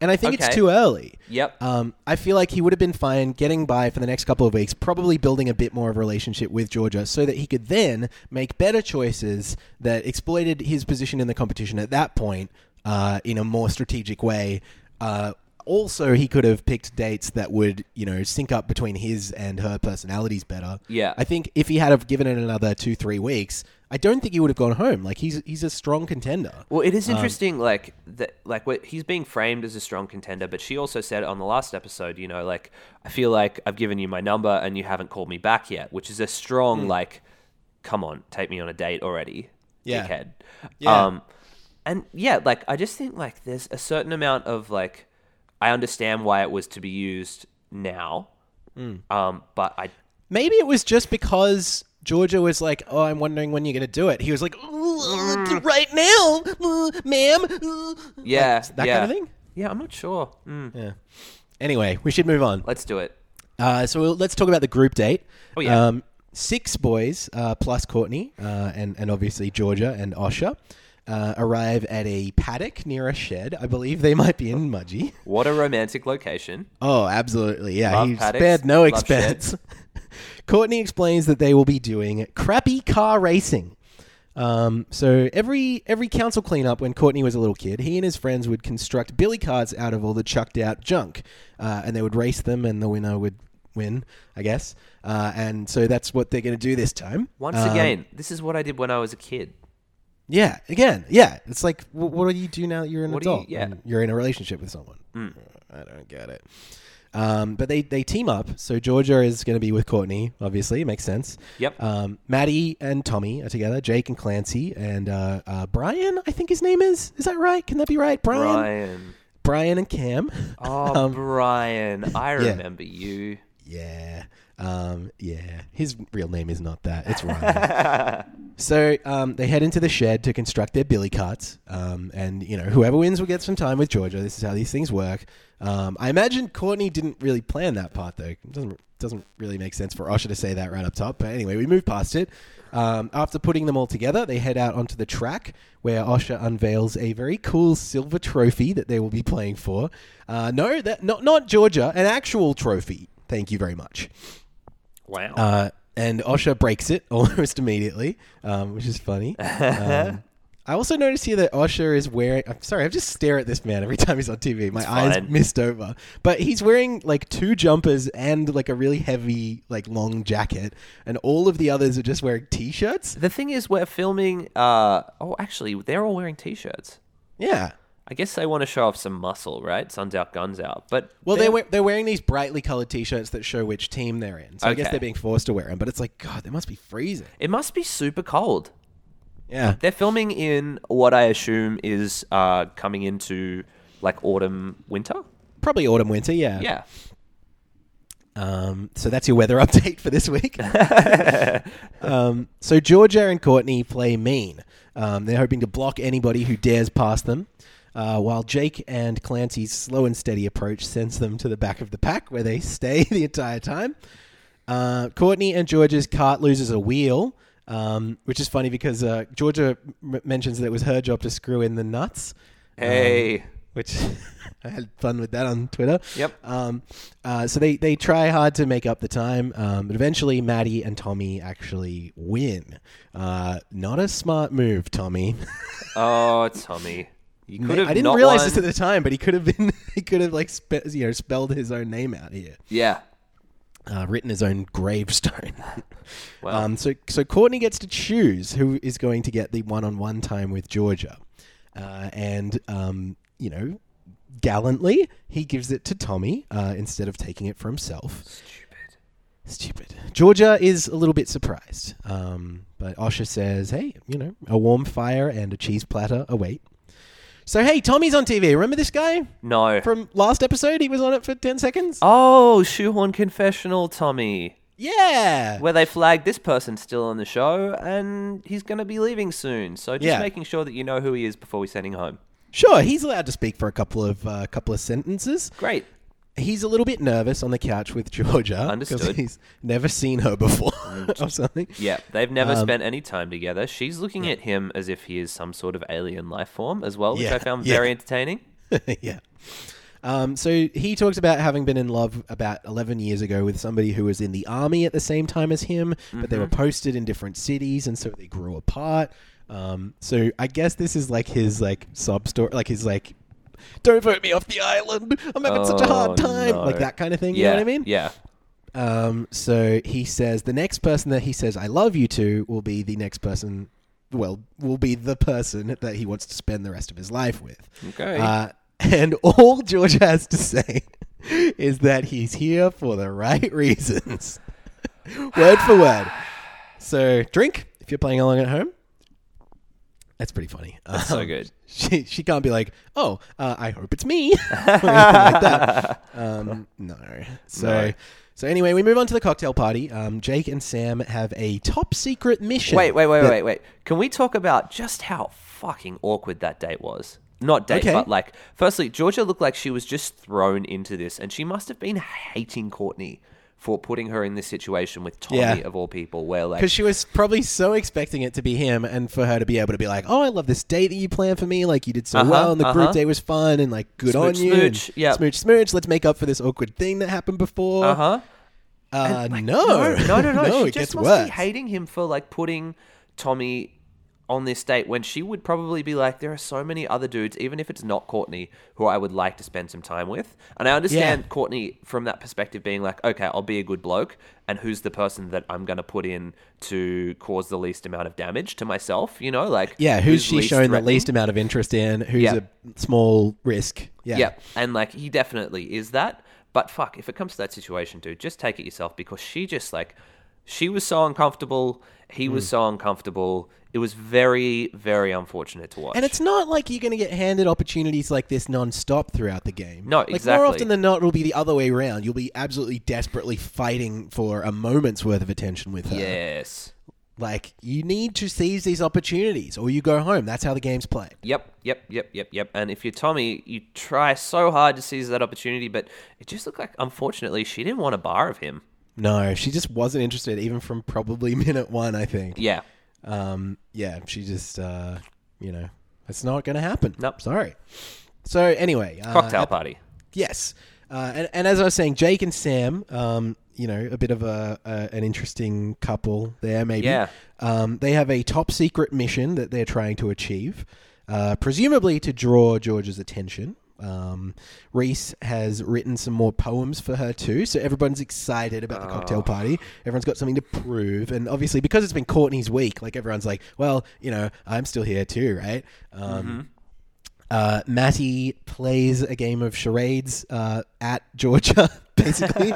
A: And I think it's
B: Okay.
A: too early.
B: Yep.
A: Um, I feel like he would have been fine getting by for the next couple of weeks, probably building a bit more of a relationship with Georgia so that he could then make better choices that exploited his position in the competition at that point uh, in a more strategic way. Uh, also, he could have picked dates that would, you know, sync up between his and her personalities better.
B: Yeah.
A: I think if he had have given it another two, three weeks, I don't think he would have gone home. Like he's he's a strong contender.
B: Well, it
A: Um,
B: is interesting, like that, like what he's being framed as a strong contender, but she also said on the last episode, you know, like I feel like I've given you my number and you haven't called me back yet, which is a strong,
A: Hmm.
B: like, come on, take me on a date already,
A: Yeah.
B: dickhead.
A: Yeah.
B: Um, and yeah, like I just think like there's a certain amount of like I understand why it was to be used now,
A: Hmm.
B: um, but I
A: Maybe it was just because Georgia was like, "Oh, I'm wondering when you're going to do it." He was like,
B: Mm.
A: "Ooh, "Right now, ooh, ma'am." ooh."
B: yeah
A: Like, that
B: yeah.
A: kind of thing.
B: Yeah, I'm not sure. Mm,
A: Yeah. Anyway, we should move on.
B: Let's do it.
A: Uh, so we'll, let's talk about the group date.
B: Oh, yeah.
A: Um, six boys uh, plus Courtney uh, and and obviously Georgia and Osha. Uh, arrive at a paddock near a shed. I believe they might be in Mudgee. [LAUGHS]
B: What a romantic location.
A: Oh, absolutely. Yeah,
B: Love
A: he
B: paddocks,
A: spared no
B: love
A: expense. [LAUGHS] Courtney explains that they will be doing crappy car racing. Um, so every every council cleanup when Courtney was a little kid, he and his friends would construct billy cards out of all the chucked out junk, uh, and they would race them, and the winner would win, I guess. Uh, and so that's what they're going to do this time.
B: Once
A: Um,
B: again, this is what I did when I was a kid.
A: yeah, again, yeah. It's like, wh- what do you do now that you're an
B: What do you-
A: adult?
B: yeah. Mm.
A: and you're in a relationship with someone. Uh, I don't get it. Um, but they, they team up. So Georgia is going to be with Courtney, obviously. Makes sense.
B: Yep.
A: Um, Maddie and Tommy are together. Jake and Clancy and uh, uh, Brian, I think his name is. Is that right? Can that be right? Brian?
B: Brian.
A: Brian and Cam.
B: Oh, Brian. I
A: yeah.
B: remember you.
A: [LAUGHS] Yeah. Um, yeah. His real name is not that.
B: [LAUGHS]
A: It's Ryan. so um, they head into the shed to construct their billy carts. Um, and, you know, whoever wins will get some time with Georgia. This is how these things work. Um, I imagine Courtney didn't really plan that part, though. It doesn't, doesn't really make sense for Osha to say that right up top. But anyway, we move past it. Um, after putting them all together, they head out onto the track where Osha unveils a very cool silver trophy that they will be playing for. Uh, no, that, not, not Georgia, an actual trophy. Thank you very much.
B: Wow.
A: Uh, and Osha breaks it [LAUGHS] almost immediately, um, which is [LAUGHS] funny. Um, I also noticed here that Osha is wearing. I'm sorry, I just stare at this man every [LAUGHS] time he's on TV. My eyes
B: fine.
A: missed over, but he's wearing like two jumpers and like a really heavy like long jacket, and all of the others are just wearing t-shirts.
B: the thing is, we're filming. Uh, oh, actually, they're all wearing t-shirts.
A: Yeah.
B: I guess they want to show off some muscle, right? Sun's out, guns out. But
A: Well, they're, we- they're wearing these brightly colored T-shirts that show which team they're in. So I guess
B: Okay.
A: they're being forced to wear them. But it's like, God, they must be freezing.
B: it must be super cold.
A: Yeah,
B: They're filming in what I assume is uh, coming into like autumn, winter.
A: probably autumn winter. Yeah.
B: Yeah.
A: Um, so that's your weather [LAUGHS] update for this week. um, so Georgia and Courtney play mean. Um, they're hoping to block anybody who dares pass them, uh, while Jake and Clancy's slow and steady approach sends them to the back of the pack where they [LAUGHS] stay the entire time. Uh, Courtney and Georgia's cart loses a wheel, um, which is funny because uh, Georgia m- mentions that it was her job to screw in the nuts
B: Hey.
A: which [LAUGHS] I had fun with that on Twitter.
B: Yep.
A: Um, uh, so they, they try hard to make up the time, um, but eventually Maddie and Tommy actually win. Uh, not a smart move, Tommy.
B: oh, Tommy. You could have
A: [LAUGHS] I didn't
B: not
A: realize
B: won.
A: this at the time, but he could have been [LAUGHS] he could have like spe- you know spelled his own name out here,
B: yeah.
A: uh, written his own gravestone. [LAUGHS]
B: Wow.
A: Um, so so Courtney gets to choose who is going to get the one on one time with Georgia, uh, and um, you know, gallantly he gives it to Tommy uh, instead of taking it for himself.
B: Stupid.
A: Stupid. Georgia is a little bit surprised, um, but Osha says, "Hey, you know, a warm fire and a cheese platter await." So hey, Tommy's on TV. Remember this guy
B: No.
A: from last episode? He was on it for ten seconds.
B: oh, shoehorn confessional, Tommy.
A: Yeah.
B: Where they flag this person's still on the show and he's going to be leaving soon. So just
A: Yeah.
B: making sure that you know who he is before we send him home.
A: Sure, he's allowed to speak for a couple of uh, couple of sentences.
B: Great.
A: he's a little bit nervous on the couch with Georgia. 'cause
B: Understood.
A: He's never seen her before [LAUGHS] or something.
B: Yeah, they've never
A: Um,
B: spent any time together. She's looking at him as if he is some sort of alien life form as well, which
A: Yeah,
B: I found
A: yeah.
B: very entertaining.
A: [LAUGHS] yeah. Um, so he talks about having been in love about 11 years ago with somebody who was in the army at the same time as him, but
B: Mm-hmm.
A: they were posted in different cities, and so they grew apart. Um, so I guess this is like his like sub story, like his like, don't vote me off the island. I'm having such a
B: Oh,
A: hard time,
B: no.
A: like that kind of thing.
B: yeah,
A: You know what I mean?
B: Yeah.
A: Um, so he says the next person that he says I love you to will be the next person. Well, will be the person that he wants to spend the rest of his life with.
B: Okay.
A: Uh, and [LAUGHS] all George has to say is that he's here for the right reasons, [LAUGHS] word for word. So drink if you're playing along at home. That's pretty funny. That's
B: so good.
A: She she can't be like, oh, uh, I hope it's me. [LAUGHS] or anything like
B: [LAUGHS]
A: that. Um, no. So
B: No.
A: so anyway, we move on to the cocktail party. Um, Jake and Sam have a top secret mission.
B: Wait, wait, wait,
A: that-
B: wait, wait. Can we talk about just how fucking awkward that date was? Not date,
A: Okay.
B: but like, firstly, Georgia looked like she was just thrown into this, and she must have been hating Courtney for putting her in this situation with Tommy,
A: Yeah.
B: of all people, where like,
A: Because she was probably so expecting it to be him, and for her to be able to be like, "Oh, I love this date that you planned for me. Like you did so
B: Uh-huh,
A: well, and the
B: uh-huh.
A: group date was fun, and like good
B: Smooch,
A: on you, and
B: smooch, yep.
A: smooch, smooch. Let's make up for this awkward thing that happened before."
B: uh huh.
A: Uh,
B: Like,
A: no. [LAUGHS]
B: no, no, no. she
A: it
B: just
A: gets
B: must
A: worse.
B: be hating him for like putting Tommy on this date when she would probably be like, there are so many other dudes, even if it's not Courtney, who I would like to spend some time with. And I understand
A: Yeah.
B: Courtney from that perspective being like, okay, I'll be a good bloke, and who's the person that I'm going to put in to cause the least amount of damage to myself? You know, like
A: yeah, who's she
B: least
A: showing the
B: threatening?
A: least amount of interest in? Who's
B: Yeah.
A: a small risk? Yeah.
B: Yep. And like he definitely is that. But fuck, if it comes to that situation, dude, just take it yourself because she just like she was so uncomfortable, he
A: Mm.
B: was so uncomfortable. It was very, very unfortunate to watch.
A: And it's not like you're going to get handed opportunities like this non-stop throughout the game.
B: No,
A: like
B: exactly.
A: More often than not, it'll be the other way around. You'll be absolutely desperately fighting for a moment's worth of attention with her.
B: yes.
A: Like you need to seize these opportunities, or you go home. That's how the game's played.
B: Yep, yep, yep, yep, yep. And if you're Tommy, you try so hard to seize that opportunity, but it just looked like unfortunately she didn't want a bar of him.
A: No, she just wasn't interested, even from probably [LAUGHS] minute one, I think.
B: Yeah.
A: Um, yeah, she just, uh, you know, it's not going to happen.
B: Nope.
A: Sorry. So, anyway. Uh,
B: Cocktail
A: at-
B: party.
A: Yes. Uh, and, and as I was saying, Jake and Sam, um, you know, a bit of a, a an interesting couple there, maybe.
B: Yeah.
A: Um, they have a top secret mission that they're trying to achieve, uh, presumably to draw George's attention. Um, Reese has written some more poems for her too, so everyone's excited about the cocktail party. Everyone's got something to prove, and obviously because it's been Courtney's week, like everyone's like, "Well, you know, I'm still here too, right?" Um, uh, Matty plays a game of charades uh, at Georgia. [LAUGHS]
B: [LAUGHS]
A: Basically,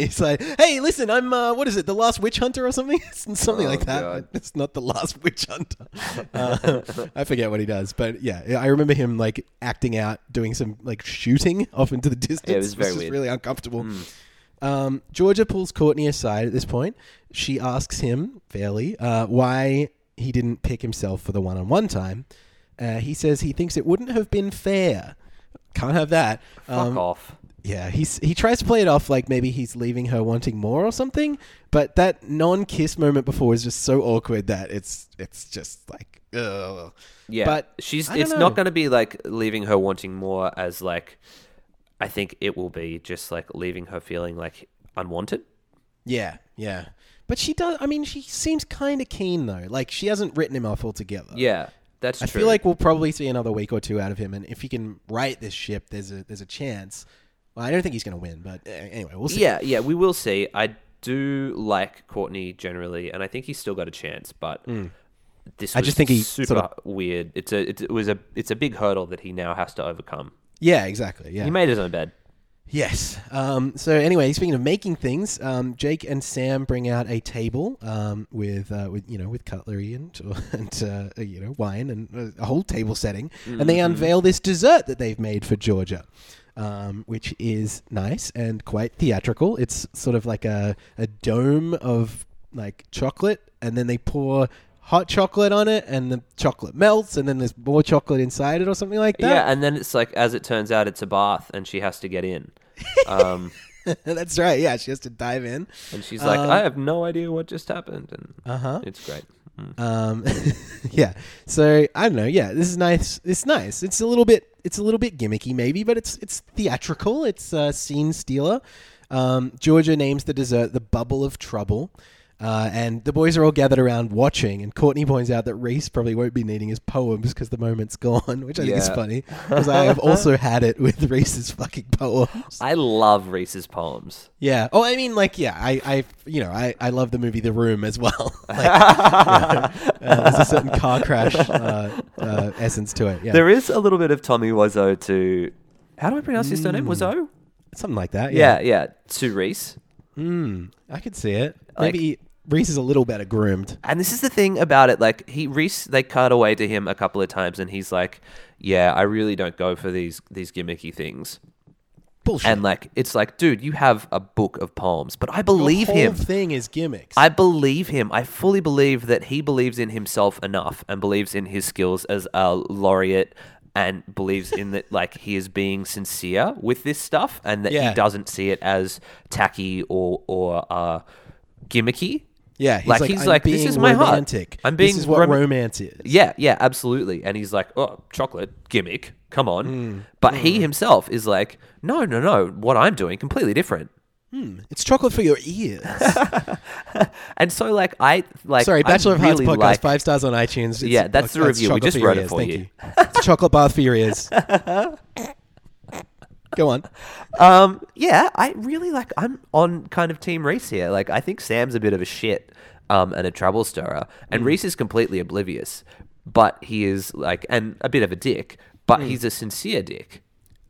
A: he's like, "Hey, listen, I'm uh, what is it? The Last Witch Hunter or something? [LAUGHS] something
B: Oh,
A: like that.
B: God.
A: It's not the Last Witch Hunter. [LAUGHS] Uh, I forget what he does, but yeah, I remember him like acting out, doing some like shooting off into the distance.
B: was very
A: just
B: weird. Hmm.
A: really uncomfortable. Um, Georgia pulls Courtney aside at this point. She asks him fairly uh, why he didn't pick himself for the one on one time. Uh, he says he thinks it wouldn't have been fair. Can't have that.
B: Fuck
A: Um,
B: off.
A: yeah, he's, he tries to play it off like maybe he's leaving her wanting more or something, but that non kiss moment before is just so awkward that it's it's just like, ugh.
B: Yeah,
A: But
B: she's.
A: I don't
B: It's
A: know.
B: not going to be like leaving her wanting more. As like, I think it will be just like leaving her feeling like unwanted.
A: Yeah, yeah. But she does, I mean, she seems kind of keen though. Like, she hasn't written him off altogether.
B: Yeah, that's
A: I
B: true.
A: feel like we'll probably see another week or two out of him, and if he can right this ship, there's a there's a chance. Well, I don't think he's going to win, but uh, anyway, we'll see.
B: Yeah, yeah, we will see. I do like Courtney generally, and I think he's still got a chance. But this,
A: Hmm. I
B: was
A: just think he
B: super
A: sort
B: weird. It's a, it, it was a, it's a big hurdle that he now has to overcome.
A: Yeah, exactly. Yeah.
B: He made his own bed.
A: Yes. Um, so anyway, speaking of making things, um, Jake and Sam bring out a table um, with uh, with you know with cutlery and [LAUGHS] and uh, you know wine and uh, a whole table setting, and they unveil this dessert that they've made for Georgia. Um, which is nice and quite theatrical. It's sort of like a, a dome of like chocolate, and then they pour hot chocolate on it, and the chocolate melts, and then there's more chocolate inside it, or something like that.
B: yeah, and then it's like, as it turns out, it's a bath, and she has to get
A: [LAUGHS]
B: in. Um,
A: That's right. Yeah, she has to dive in.
B: and she's like, I
A: Um,
B: have no idea what just happened, and
A: Uh-huh.
B: it's great.
A: Um, [LAUGHS] yeah. So I don't know. Yeah, this is nice. It's nice. It's a little bit. It's a little bit gimmicky, maybe, but it's it's theatrical. It's uh, scene stealer. Um, Georgia names the dessert the bubble of trouble. Uh, and the boys are all gathered around watching, and Courtney points out that Reese probably won't be needing his poems because the moment's gone, [LAUGHS] which I think is
B: Yeah.
A: funny because I have also had it with Reese's fucking poems.
B: I love Reese's poems.
A: Yeah. Oh, I mean, like, yeah, I, I you know, I, I love the movie The Room as well. [LAUGHS]
B: [LAUGHS]
A: like, you know, uh, there's a certain car crash uh, uh, essence to it. Yeah,
B: There is a little bit of Tommy Wiseau to. How do I pronounce his surname? Wiseau?
A: something like that.
B: Yeah,
A: Yeah,
B: yeah. To Reese.
A: I could see it.
B: Like-
A: Maybe Reese is a little better groomed.
B: And this is the thing about it. Like he Reese, they cut away to him a couple of times, and he's like, "Yeah, I really don't go for these these gimmicky things."
A: Bullshit.
B: And like, it's like, dude, you have a book of poems, but I believe
A: the whole
B: him.
A: thing is gimmicks.
B: I believe him. I fully believe that he believes in himself enough and believes in his skills as a laureate and believes in that like he is being sincere with this stuff and that
A: Yeah.
B: he doesn't see it as tacky or or uh, gimmicky.
A: yeah, he's
B: like,
A: like,
B: he's
A: I'm
B: like, this
A: being
B: is my heart.
A: romantic.
B: I'm being
A: this is what
B: rom-
A: romance is.
B: Yeah, yeah, absolutely. And he's like, "Oh, chocolate gimmick. Come on."
A: Hmm.
B: But he himself is like, "No, no, no. What I'm doing completely different."
A: It's chocolate for your ears.
B: [LAUGHS] And so like I like
A: Sorry,
B: I
A: Bachelor of
B: really
A: Hearts podcast,
B: like-
A: five stars on iTunes. It's-
B: Yeah, that's the review. We
A: chocolate
B: just
A: your
B: wrote it
A: ears.
B: for
A: Thank
B: you.
A: it's a chocolate bath for
B: [LAUGHS]
A: your ears. Go on.
B: Um, yeah, I really like. I'm on kind of Team Reese here. Like, I think Sam's a bit of a shit um, and a trouble stirrer, and
A: Mm.
B: Reese is completely oblivious, but he is like, and a bit of a dick, but
A: Mm.
B: he's a sincere dick.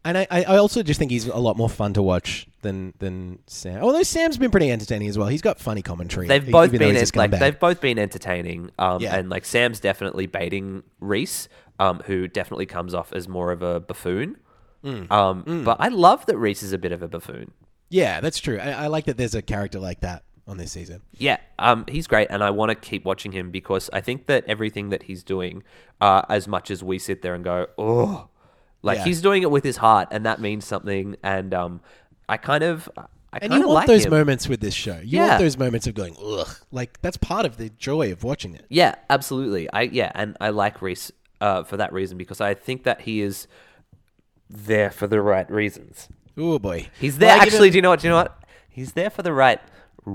A: And I, I I also just think he's a lot more fun to watch than than Sam. Although Sam's been pretty entertaining as well. He's got funny commentary.
B: They've
A: e-
B: both
A: even though
B: been
A: he's a
B: en- like
A: scumbag.
B: they've both been entertaining, um,
A: Yeah.
B: and like Sam's definitely baiting Reese, um, who definitely comes off as more of a buffoon.
A: Mm.
B: Um, but I love that Reese is a bit of a buffoon.
A: Yeah, that's true. I, I like that there's a character like that on this season.
B: Yeah, um, he's great, and I want to keep watching him because I think that everything that he's doing, uh, as much as we sit there and go, oh, like
A: Yeah.
B: he's doing it with his heart, and that means something. And um, I kind of, I kind
A: And you
B: of
A: want
B: like
A: those
B: him.
A: moments with this show. You
B: Yeah.
A: want those moments of going, ugh. Like, that's part of the joy of watching it.
B: Yeah, absolutely. I yeah, and I like Reese uh, for that reason because I think that he is there for the right reasons.
A: Oh, boy.
B: He's there.
A: Like, even-
B: actually, do you know what? Do you know what? He's there for the right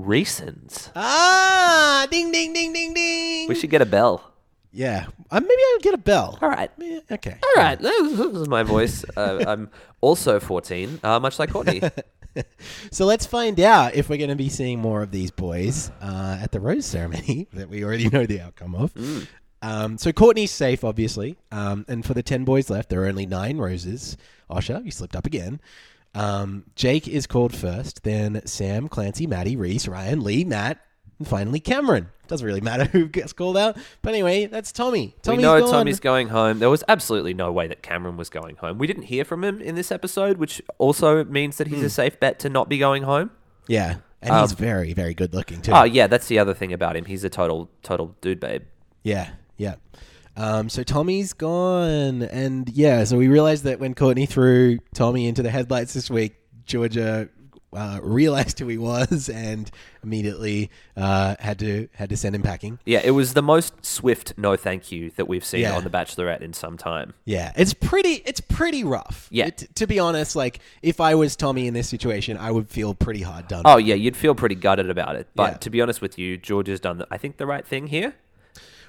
B: reasons.
A: Ah, ding, ding, ding, ding, ding.
B: We should get a bell.
A: yeah. Uh, maybe I'll get a bell.
B: All right.
A: Yeah, okay.
B: All right, this is my voice. Uh, I'm also 14, uh, much like
A: [LAUGHS]
B: Courtney.
A: So let's find out if we're going to be seeing more of these boys uh, at the rose ceremony [LAUGHS] that we already know the outcome of.
B: Mm.
A: Um, so Courtney's safe, obviously, um, and for the ten boys left, there are only nine roses. Osha, you slipped up again. Um, Jake is called first, then Sam, Clancy, Maddie, Reese, Ryan, Lee, Matt, and finally Cameron. Doesn't really matter [LAUGHS] who gets called out, but anyway, that's Tommy.
B: we
A: Tommy's
B: know
A: gone.
B: Tommy's going home. There was absolutely no way that Cameron was going home. We didn't hear from him in this episode, which also means that
A: Hmm.
B: he's a safe bet to not be going home.
A: yeah, and
B: Um,
A: he's very, very good looking too.
B: Oh yeah, that's the other thing about him. He's a total, total dude, babe.
A: Yeah, yeah. Um, so Tommy's gone, and yeah, so we realized that when Courtney threw Tommy into the headlights this week, Georgia uh, realized who he was and immediately uh, had to had to send him packing.
B: Yeah, it was the most swift no thank you that we've seen
A: Yeah.
B: on The Bachelorette in some time.
A: Yeah, it's pretty it's pretty rough.
B: Yeah.
A: It- to be honest, like if I was Tommy in this situation, I would feel pretty hard done.
B: Oh yeah, you'd feel pretty gutted about it. But
A: Yeah.
B: to be honest with you, George has done, the, I think, the right thing here.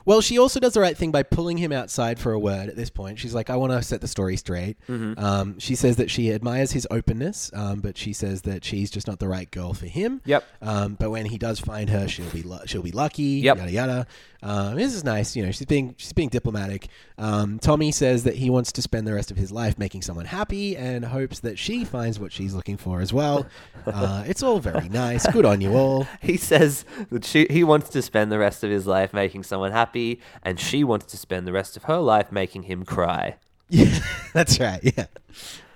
A: Well, she also does the right thing by pulling him outside for a word at this point. She's like, I want to set the story straight.
B: Mm-hmm.
A: Um, she says that she admires his openness, um, but she says that she's just not the right girl for him.
B: Yep.
A: Um, but when he does find her, she'll be lu- she'll be lucky.
B: Yep.
A: Yada yada. Um, this is nice. You know, she's being she's being diplomatic. Um, Tommy says that he wants to spend the rest of his life making someone happy and hopes that she finds what she's looking for
B: [LAUGHS]
A: as well. Uh, it's all very nice. Good on you all.
B: He says that she, he wants to spend the rest of his life making someone happy, and she wants to spend the rest of her life making him cry.
A: [LAUGHS] Yeah, that's right. Yeah.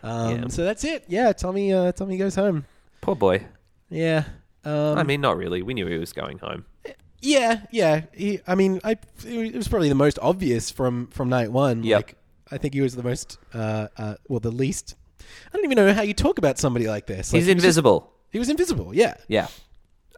A: Um,
B: Yeah.
A: So that's it. Yeah, Tommy. Uh, Tommy goes home.
B: Poor boy.
A: Yeah. Um,
B: I mean, not really. We knew he was going home.
A: yeah, yeah. He, I mean, I. It was probably the most obvious from from night one.
B: Yep.
A: Like, I think he was the most. Uh, uh, well, the least. I don't even know how you talk about somebody like this. Like,
B: He's
A: he was just-
B: invisible.
A: He was invisible. Yeah.
B: Yeah.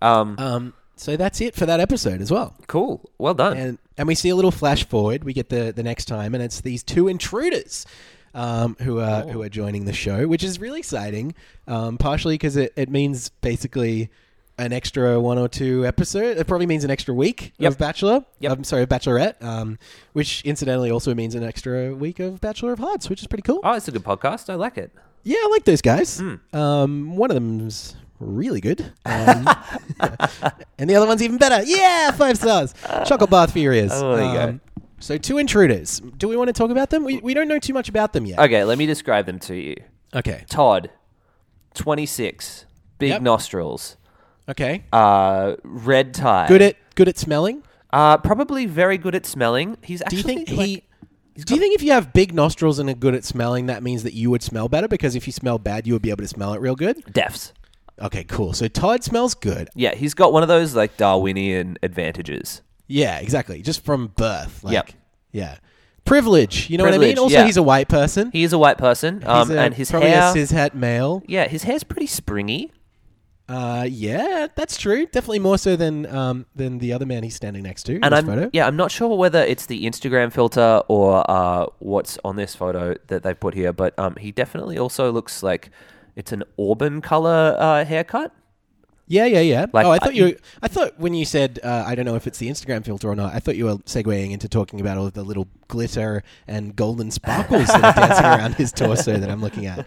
B: Um.
A: Um. So that's it for that episode as well.
B: Cool. Well done.
A: and and we see a little flash forward. We get the the next time, and it's these two intruders um, who are who are joining the show, which is really exciting. Um, partially because it, it means basically an extra one or two episode. It probably means an extra week
B: Yep.
A: of Bachelor.
B: Yep.
A: I'm sorry, Bachelorette. Um, which incidentally also means an extra week of Bachelor of Hearts, which is pretty cool.
B: oh, it's a good podcast. I like it.
A: Yeah, I like those guys.
B: Hmm.
A: Um, one of them's really good,
B: [LAUGHS]
A: um, and the other one's even better. Yeah, five stars. Chocolate bath furious.
B: Oh, there you go.
A: Um, So two intruders. Do we want to talk about them? We, we don't know too much about them yet.
B: Okay, let me describe them to you.
A: Okay.
B: Todd, 26, big
A: Yep.
B: nostrils,
A: Okay.
B: uh, red tie.
A: Good at good at smelling.
B: Uh, probably very good at smelling. He's [LAUGHS]
A: Do
B: actually.
A: you think
B: like-
A: he? Do you think if you have big nostrils and are good at smelling, that means that you would smell better? Because if you smell bad, you would be able to smell it real good.
B: deafs?
A: Okay, cool. So Todd smells good.
B: Yeah, he's got one of those like Darwinian advantages.
A: Yeah, exactly. Just from birth. Like,
B: Yep.
A: Yeah. Privilege. You know what I mean?
B: Privilege,
A: Also,
B: yeah.
A: he's a white person.
B: He is a white person, um,
A: He's a-
B: and his
A: probably
B: hair.
A: a cishet male.
B: yeah, his hair's pretty springy.
A: Uh, yeah, that's true. Definitely more so than um, than the other man he's standing next to. in
B: And
A: this
B: I'm
A: photo.
B: yeah, I'm not sure whether it's the Instagram filter or uh, what's on this photo that they put here, but um, he definitely also looks like it's an auburn color uh, haircut.
A: yeah, yeah, yeah.
B: Like,
A: oh, I
B: I-
A: thought you. Were, I thought when you said uh, I don't know if it's the Instagram filter or not. I thought you were segueing into talking about all of the little glitter and golden sparkles that are
B: [LAUGHS]
A: dancing around his torso that I'm looking at.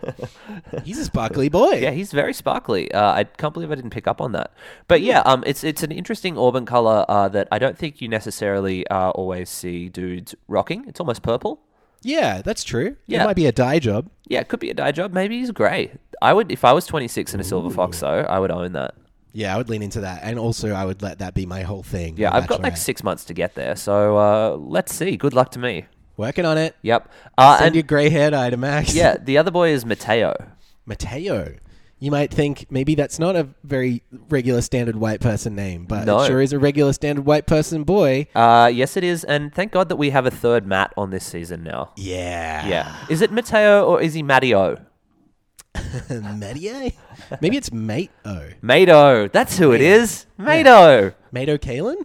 A: He's a sparkly boy.
B: Yeah, he's very sparkly. Uh, I can't believe I didn't pick up on that. But yeah, um, it's it's an interesting auburn color uh, that I don't think you necessarily uh, always see dudes rocking. It's almost purple.
A: yeah, that's true.
B: Yeah.
A: It might be a dye job.
B: Yeah, it could be a dye job. Maybe he's grey. I would, if I was 26 and a silver fox, though, I would own that.
A: Yeah, I would lean into that, and also I would let that be my whole thing.
B: Yeah,
A: The
B: I've got like
A: Bachelorette.
B: six months to get there. So uh, let's see. Good luck to me.
A: working on it.
B: Yep. Uh,
A: Send
B: and
A: your grey haired eye to Max. [LAUGHS]
B: yeah, the other boy is Mateo.
A: Mateo. You might think maybe that's not a very regular standard white person name, but
B: No.
A: it sure is a regular standard white person boy.
B: Uh, yes, it is. And thank God that we have a third Matt on this season now.
A: [LAUGHS] Yeah.
B: Yeah. Is it Mateo or is he Matteo?
A: Mateo? Maybe it's Mate O.
B: Mado. That's who it is. Mado.
A: Mato Kalen?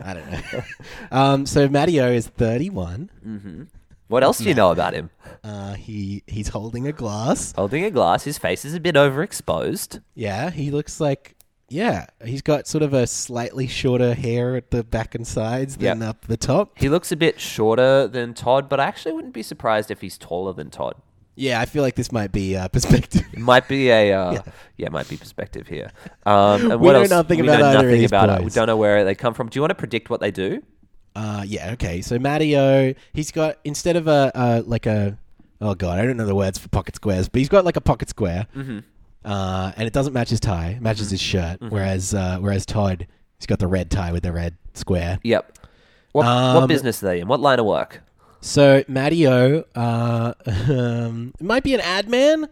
A: I don't
B: [LAUGHS]
A: know. Um, so Matteo is 31.
B: What else do you know about him?
A: Uh, he he's holding a glass.
B: Holding a glass. His face is a bit overexposed.
A: Yeah, he looks like yeah. He's got sort of a slightly shorter hair at the back and sides than
B: Yep.
A: up the top.
B: He looks a bit shorter than Todd, but I actually wouldn't be surprised if he's taller than Todd.
A: Yeah, I feel like this might be uh, [LAUGHS] perspective.
B: It might be a uh, yeah. might be perspective here. Um, and
A: [LAUGHS] We
B: what
A: know
B: else?
A: nothing
B: we
A: about
B: know
A: either of
B: nothing
A: these
B: about it. We
A: boys.
B: don't know where they come from. Do you want to predict what they do?
A: Uh, yeah, okay. So Matteo, he's got instead of a uh, like a oh god, I don't know the words for pocket squares, but he's got like a pocket square, mm-hmm. uh, and it doesn't match his tie, it
B: Mm-hmm.
A: matches his shirt. Whereas uh, whereas Todd, he's got the red tie with the red square.
B: Yep. What, what
A: Um,
B: business are they in? What line of work?
A: So Matteo, uh, [LAUGHS] um, it might be an ad man.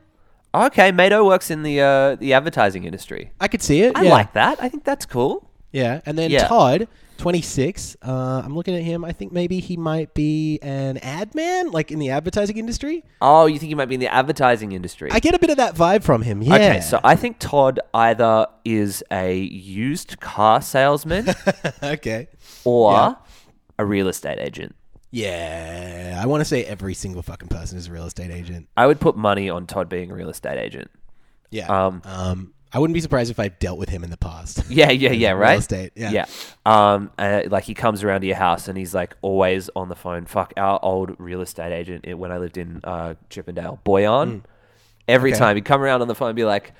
B: Okay, Mado works in the uh, the advertising industry.
A: I could see it.
B: I
A: yeah.
B: like that. I think that's cool.
A: Yeah, and then
B: Yeah.
A: Todd, twenty six. Uh, I'm looking at him. I think maybe he might be an ad man, like in the advertising industry.
B: Oh, you think he might be in the advertising industry?
A: I get a bit of that vibe from him. Yeah.
B: Okay, so I think Todd either is a used car
A: [LAUGHS]
B: salesman
A: [LAUGHS] okay.
B: or
A: Yeah.
B: a real estate agent.
A: Yeah, I want to say every single fucking person is a real estate agent.
B: I would put money on Todd being a real estate agent.
A: Yeah.
B: Um,
A: Um, I wouldn't be surprised if I've dealt with him in the past. [LAUGHS]
B: [LAUGHS] Yeah, yeah, yeah, right?
A: estate, yeah.
B: Um, uh, like he comes around to your house and he's like always on the phone. Fuck, our old real estate agent i- when I lived in uh, Chippendale, Boyan, every
A: Hmm. Okay.
B: time he'd come around on the phone and be like,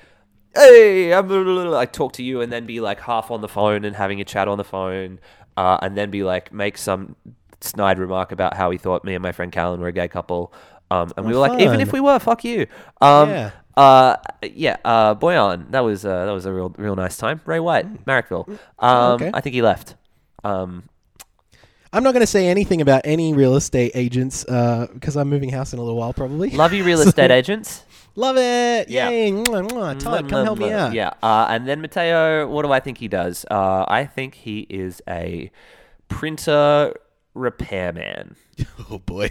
B: hey, I'm blah, blah, blah," like talk to you and then be like half on the phone and having a chat on the phone uh, and then be like, make some snide remark about how he thought me and my friend Callan were a gay couple. Um, and we were like, even
A: Oh, fun.
B: if we were, fuck you. Um,
A: Yeah.
B: uh, yeah, uh, Boyan. That was uh, that was a real real nice time. Ray White, Marrickville. Um,
A: Mm. Okay.
B: I think he left.
A: [LAUGHS]
B: Um,
A: I'm not going to say anything about any real estate agents uh, because I'm moving house in a little while, probably.
B: love you,
A: [LAUGHS]
B: real estate agents.
A: Love it.
B: Yeah. Mm-hmm.
A: Yay. Mwah, mwah. Todd, come help me out.
B: Yeah, uh, and then Mateo. What do I think he does? Uh, I think he is a printer repairman.
A: [LAUGHS] Oh, boy.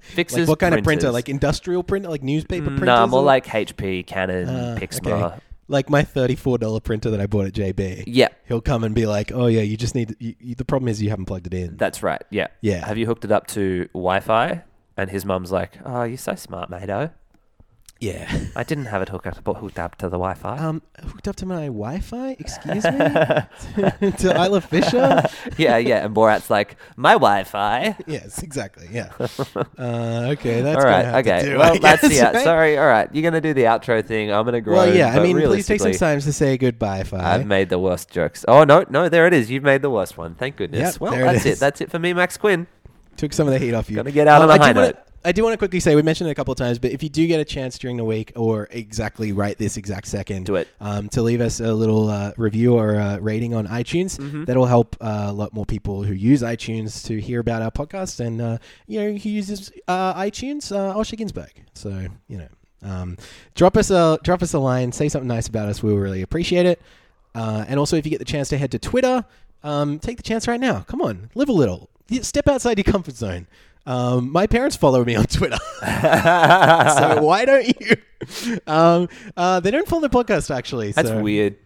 B: Fixes
A: Like, what kind of printer?
B: printers. Mm,
A: Like industrial printer? Like newspaper printer?
B: nah, more like HP, Canon,
A: Uh,
B: Pixma.
A: Like my thirty-four dollar printer that I bought at JB.
B: Yeah.
A: he'll come and be like, "Oh yeah, you just need. You, you, the problem is you haven't plugged it in."
B: That's right. Yeah.
A: Yeah.
B: Have you hooked it up to Wi-Fi? And his mum's like, "Oh, you're so smart, Mato." [LAUGHS]
A: yeah,
B: I didn't have it hooked up, but hooked up to the Wi-Fi.
A: um, hooked up to my Wi-Fi. Excuse me,
B: [LAUGHS]
A: [LAUGHS] to Isla Fisher.
B: yeah, yeah. And Borat's like, my Wi-Fi.
A: [LAUGHS] yes, exactly. Yeah. Uh, okay, that's
B: all
A: Gonna have
B: right, okay.
A: To do,
B: well,
A: I
B: that's
A: guess,
B: yeah.
A: [LAUGHS] right?
B: Sorry. All right, you're gonna do the outro thing. I'm gonna grow.
A: Well, yeah. I
B: but
A: mean, please take some
B: realistically,
A: time to say goodbye, Fi.
B: I've made the worst jokes. Oh no, no, there it is. You've made the worst one. Thank goodness.
A: Yep,
B: well,
A: there it
B: that's it,
A: is.
B: That's it for me, Max
A: [LAUGHS]
B: Quinn.
A: Took some of the heat off you.
B: Gotta get out on a
A: I do
B: high
A: wanna-
B: note.
A: I do want to quickly say we mentioned it a couple of times, but if you do get a chance during the week or exactly right this exact second,
B: Do it.
A: um, to leave us a little uh, review or uh, rating on iTunes. That'll help uh, a lot more people who use iTunes to hear about our podcast and uh, you know who uses uh, iTunes, uh, Osher Ginsberg. So you know, um, drop us a drop us a line, say something nice about us. We'll really appreciate it. Uh, and also, if you get the chance to head to Twitter, um, take the chance right now. Come on, live a little. Y- Step outside your comfort zone. Um, my parents follow me on Twitter. [LAUGHS] so why don't you? Um, uh, they don't follow the podcast actually.
B: That's
A: so
B: weird.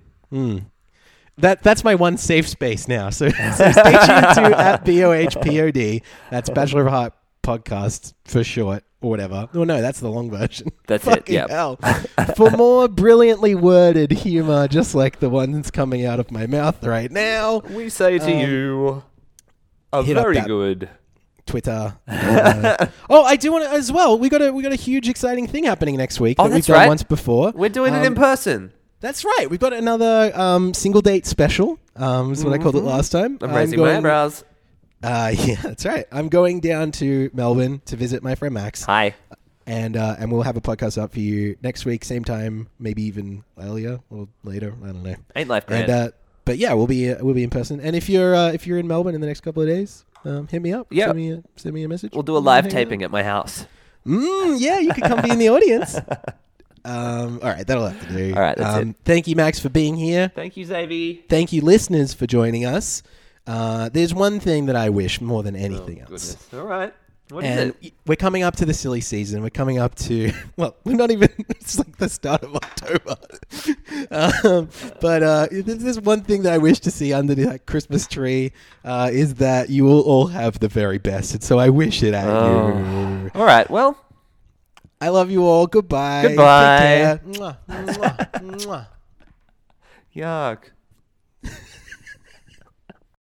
A: That that's my one safe space now. So, [LAUGHS] so stay tuned
B: [LAUGHS]
A: to at bohpod. That's Bachelor of Heart podcast for short or whatever. Well, no, that's the long version.
B: That's it,
A: Fucking
B: yep. [LAUGHS]
A: hell. for more brilliantly worded humor, just like the one that's coming out of my mouth right now.
B: We say to you, a
A: Um, hit up
B: very
A: that-
B: good. [LAUGHS]
A: Twitter. Uh, oh, I do want to as well. We got a we got a huge exciting thing happening next week
B: Oh,
A: that we've
B: that's
A: done
B: right.
A: once before.
B: We're doing
A: Um,
B: it in person.
A: That's right. We've got another um, single date special. Um, is what I called it last time.
B: Mm-hmm. I'm raising my
A: going-
B: eyebrows.
A: Uh, [LAUGHS] yeah, that's right. I'm going down to Melbourne to visit my friend Max,
B: Hi.
A: and uh, and we'll have a podcast up for you next week, same time, maybe even earlier or later. I don't know.
B: Ain't life grand.
A: And uh, but yeah, we'll be uh, we'll be in person. And if you're uh, if you're in Melbourne in the next couple of days, um, hit me up.
B: Yeah.
A: send me a, send me a message.
B: we'll do a live
A: Hang out.
B: taping at my house.
A: Mm, yeah, you could come be in
B: [LAUGHS]
A: the audience. Um, all right, that'll have to do.
B: All right, that's
A: um, Thank you, Max, for being here.
B: Thank you, Xavier.
A: Thank you, listeners, for joining us. Uh, there's one thing that I wish more than anything else.
B: Oh, Goodness. All right. What is
A: and
B: it?
A: y- we're coming up to the silly season. We're coming up to [LAUGHS] well, we're not even. It's like the start of October. [LAUGHS] um, but uh, there's this one thing that I wish to see under that Christmas tree uh, is that you will all have the very best, and so I wish it at you.
B: All right. Well,
A: I love you all. Goodbye.
B: Goodbye.
A: Take care. Mwah, mwah, mwah.
B: yuck.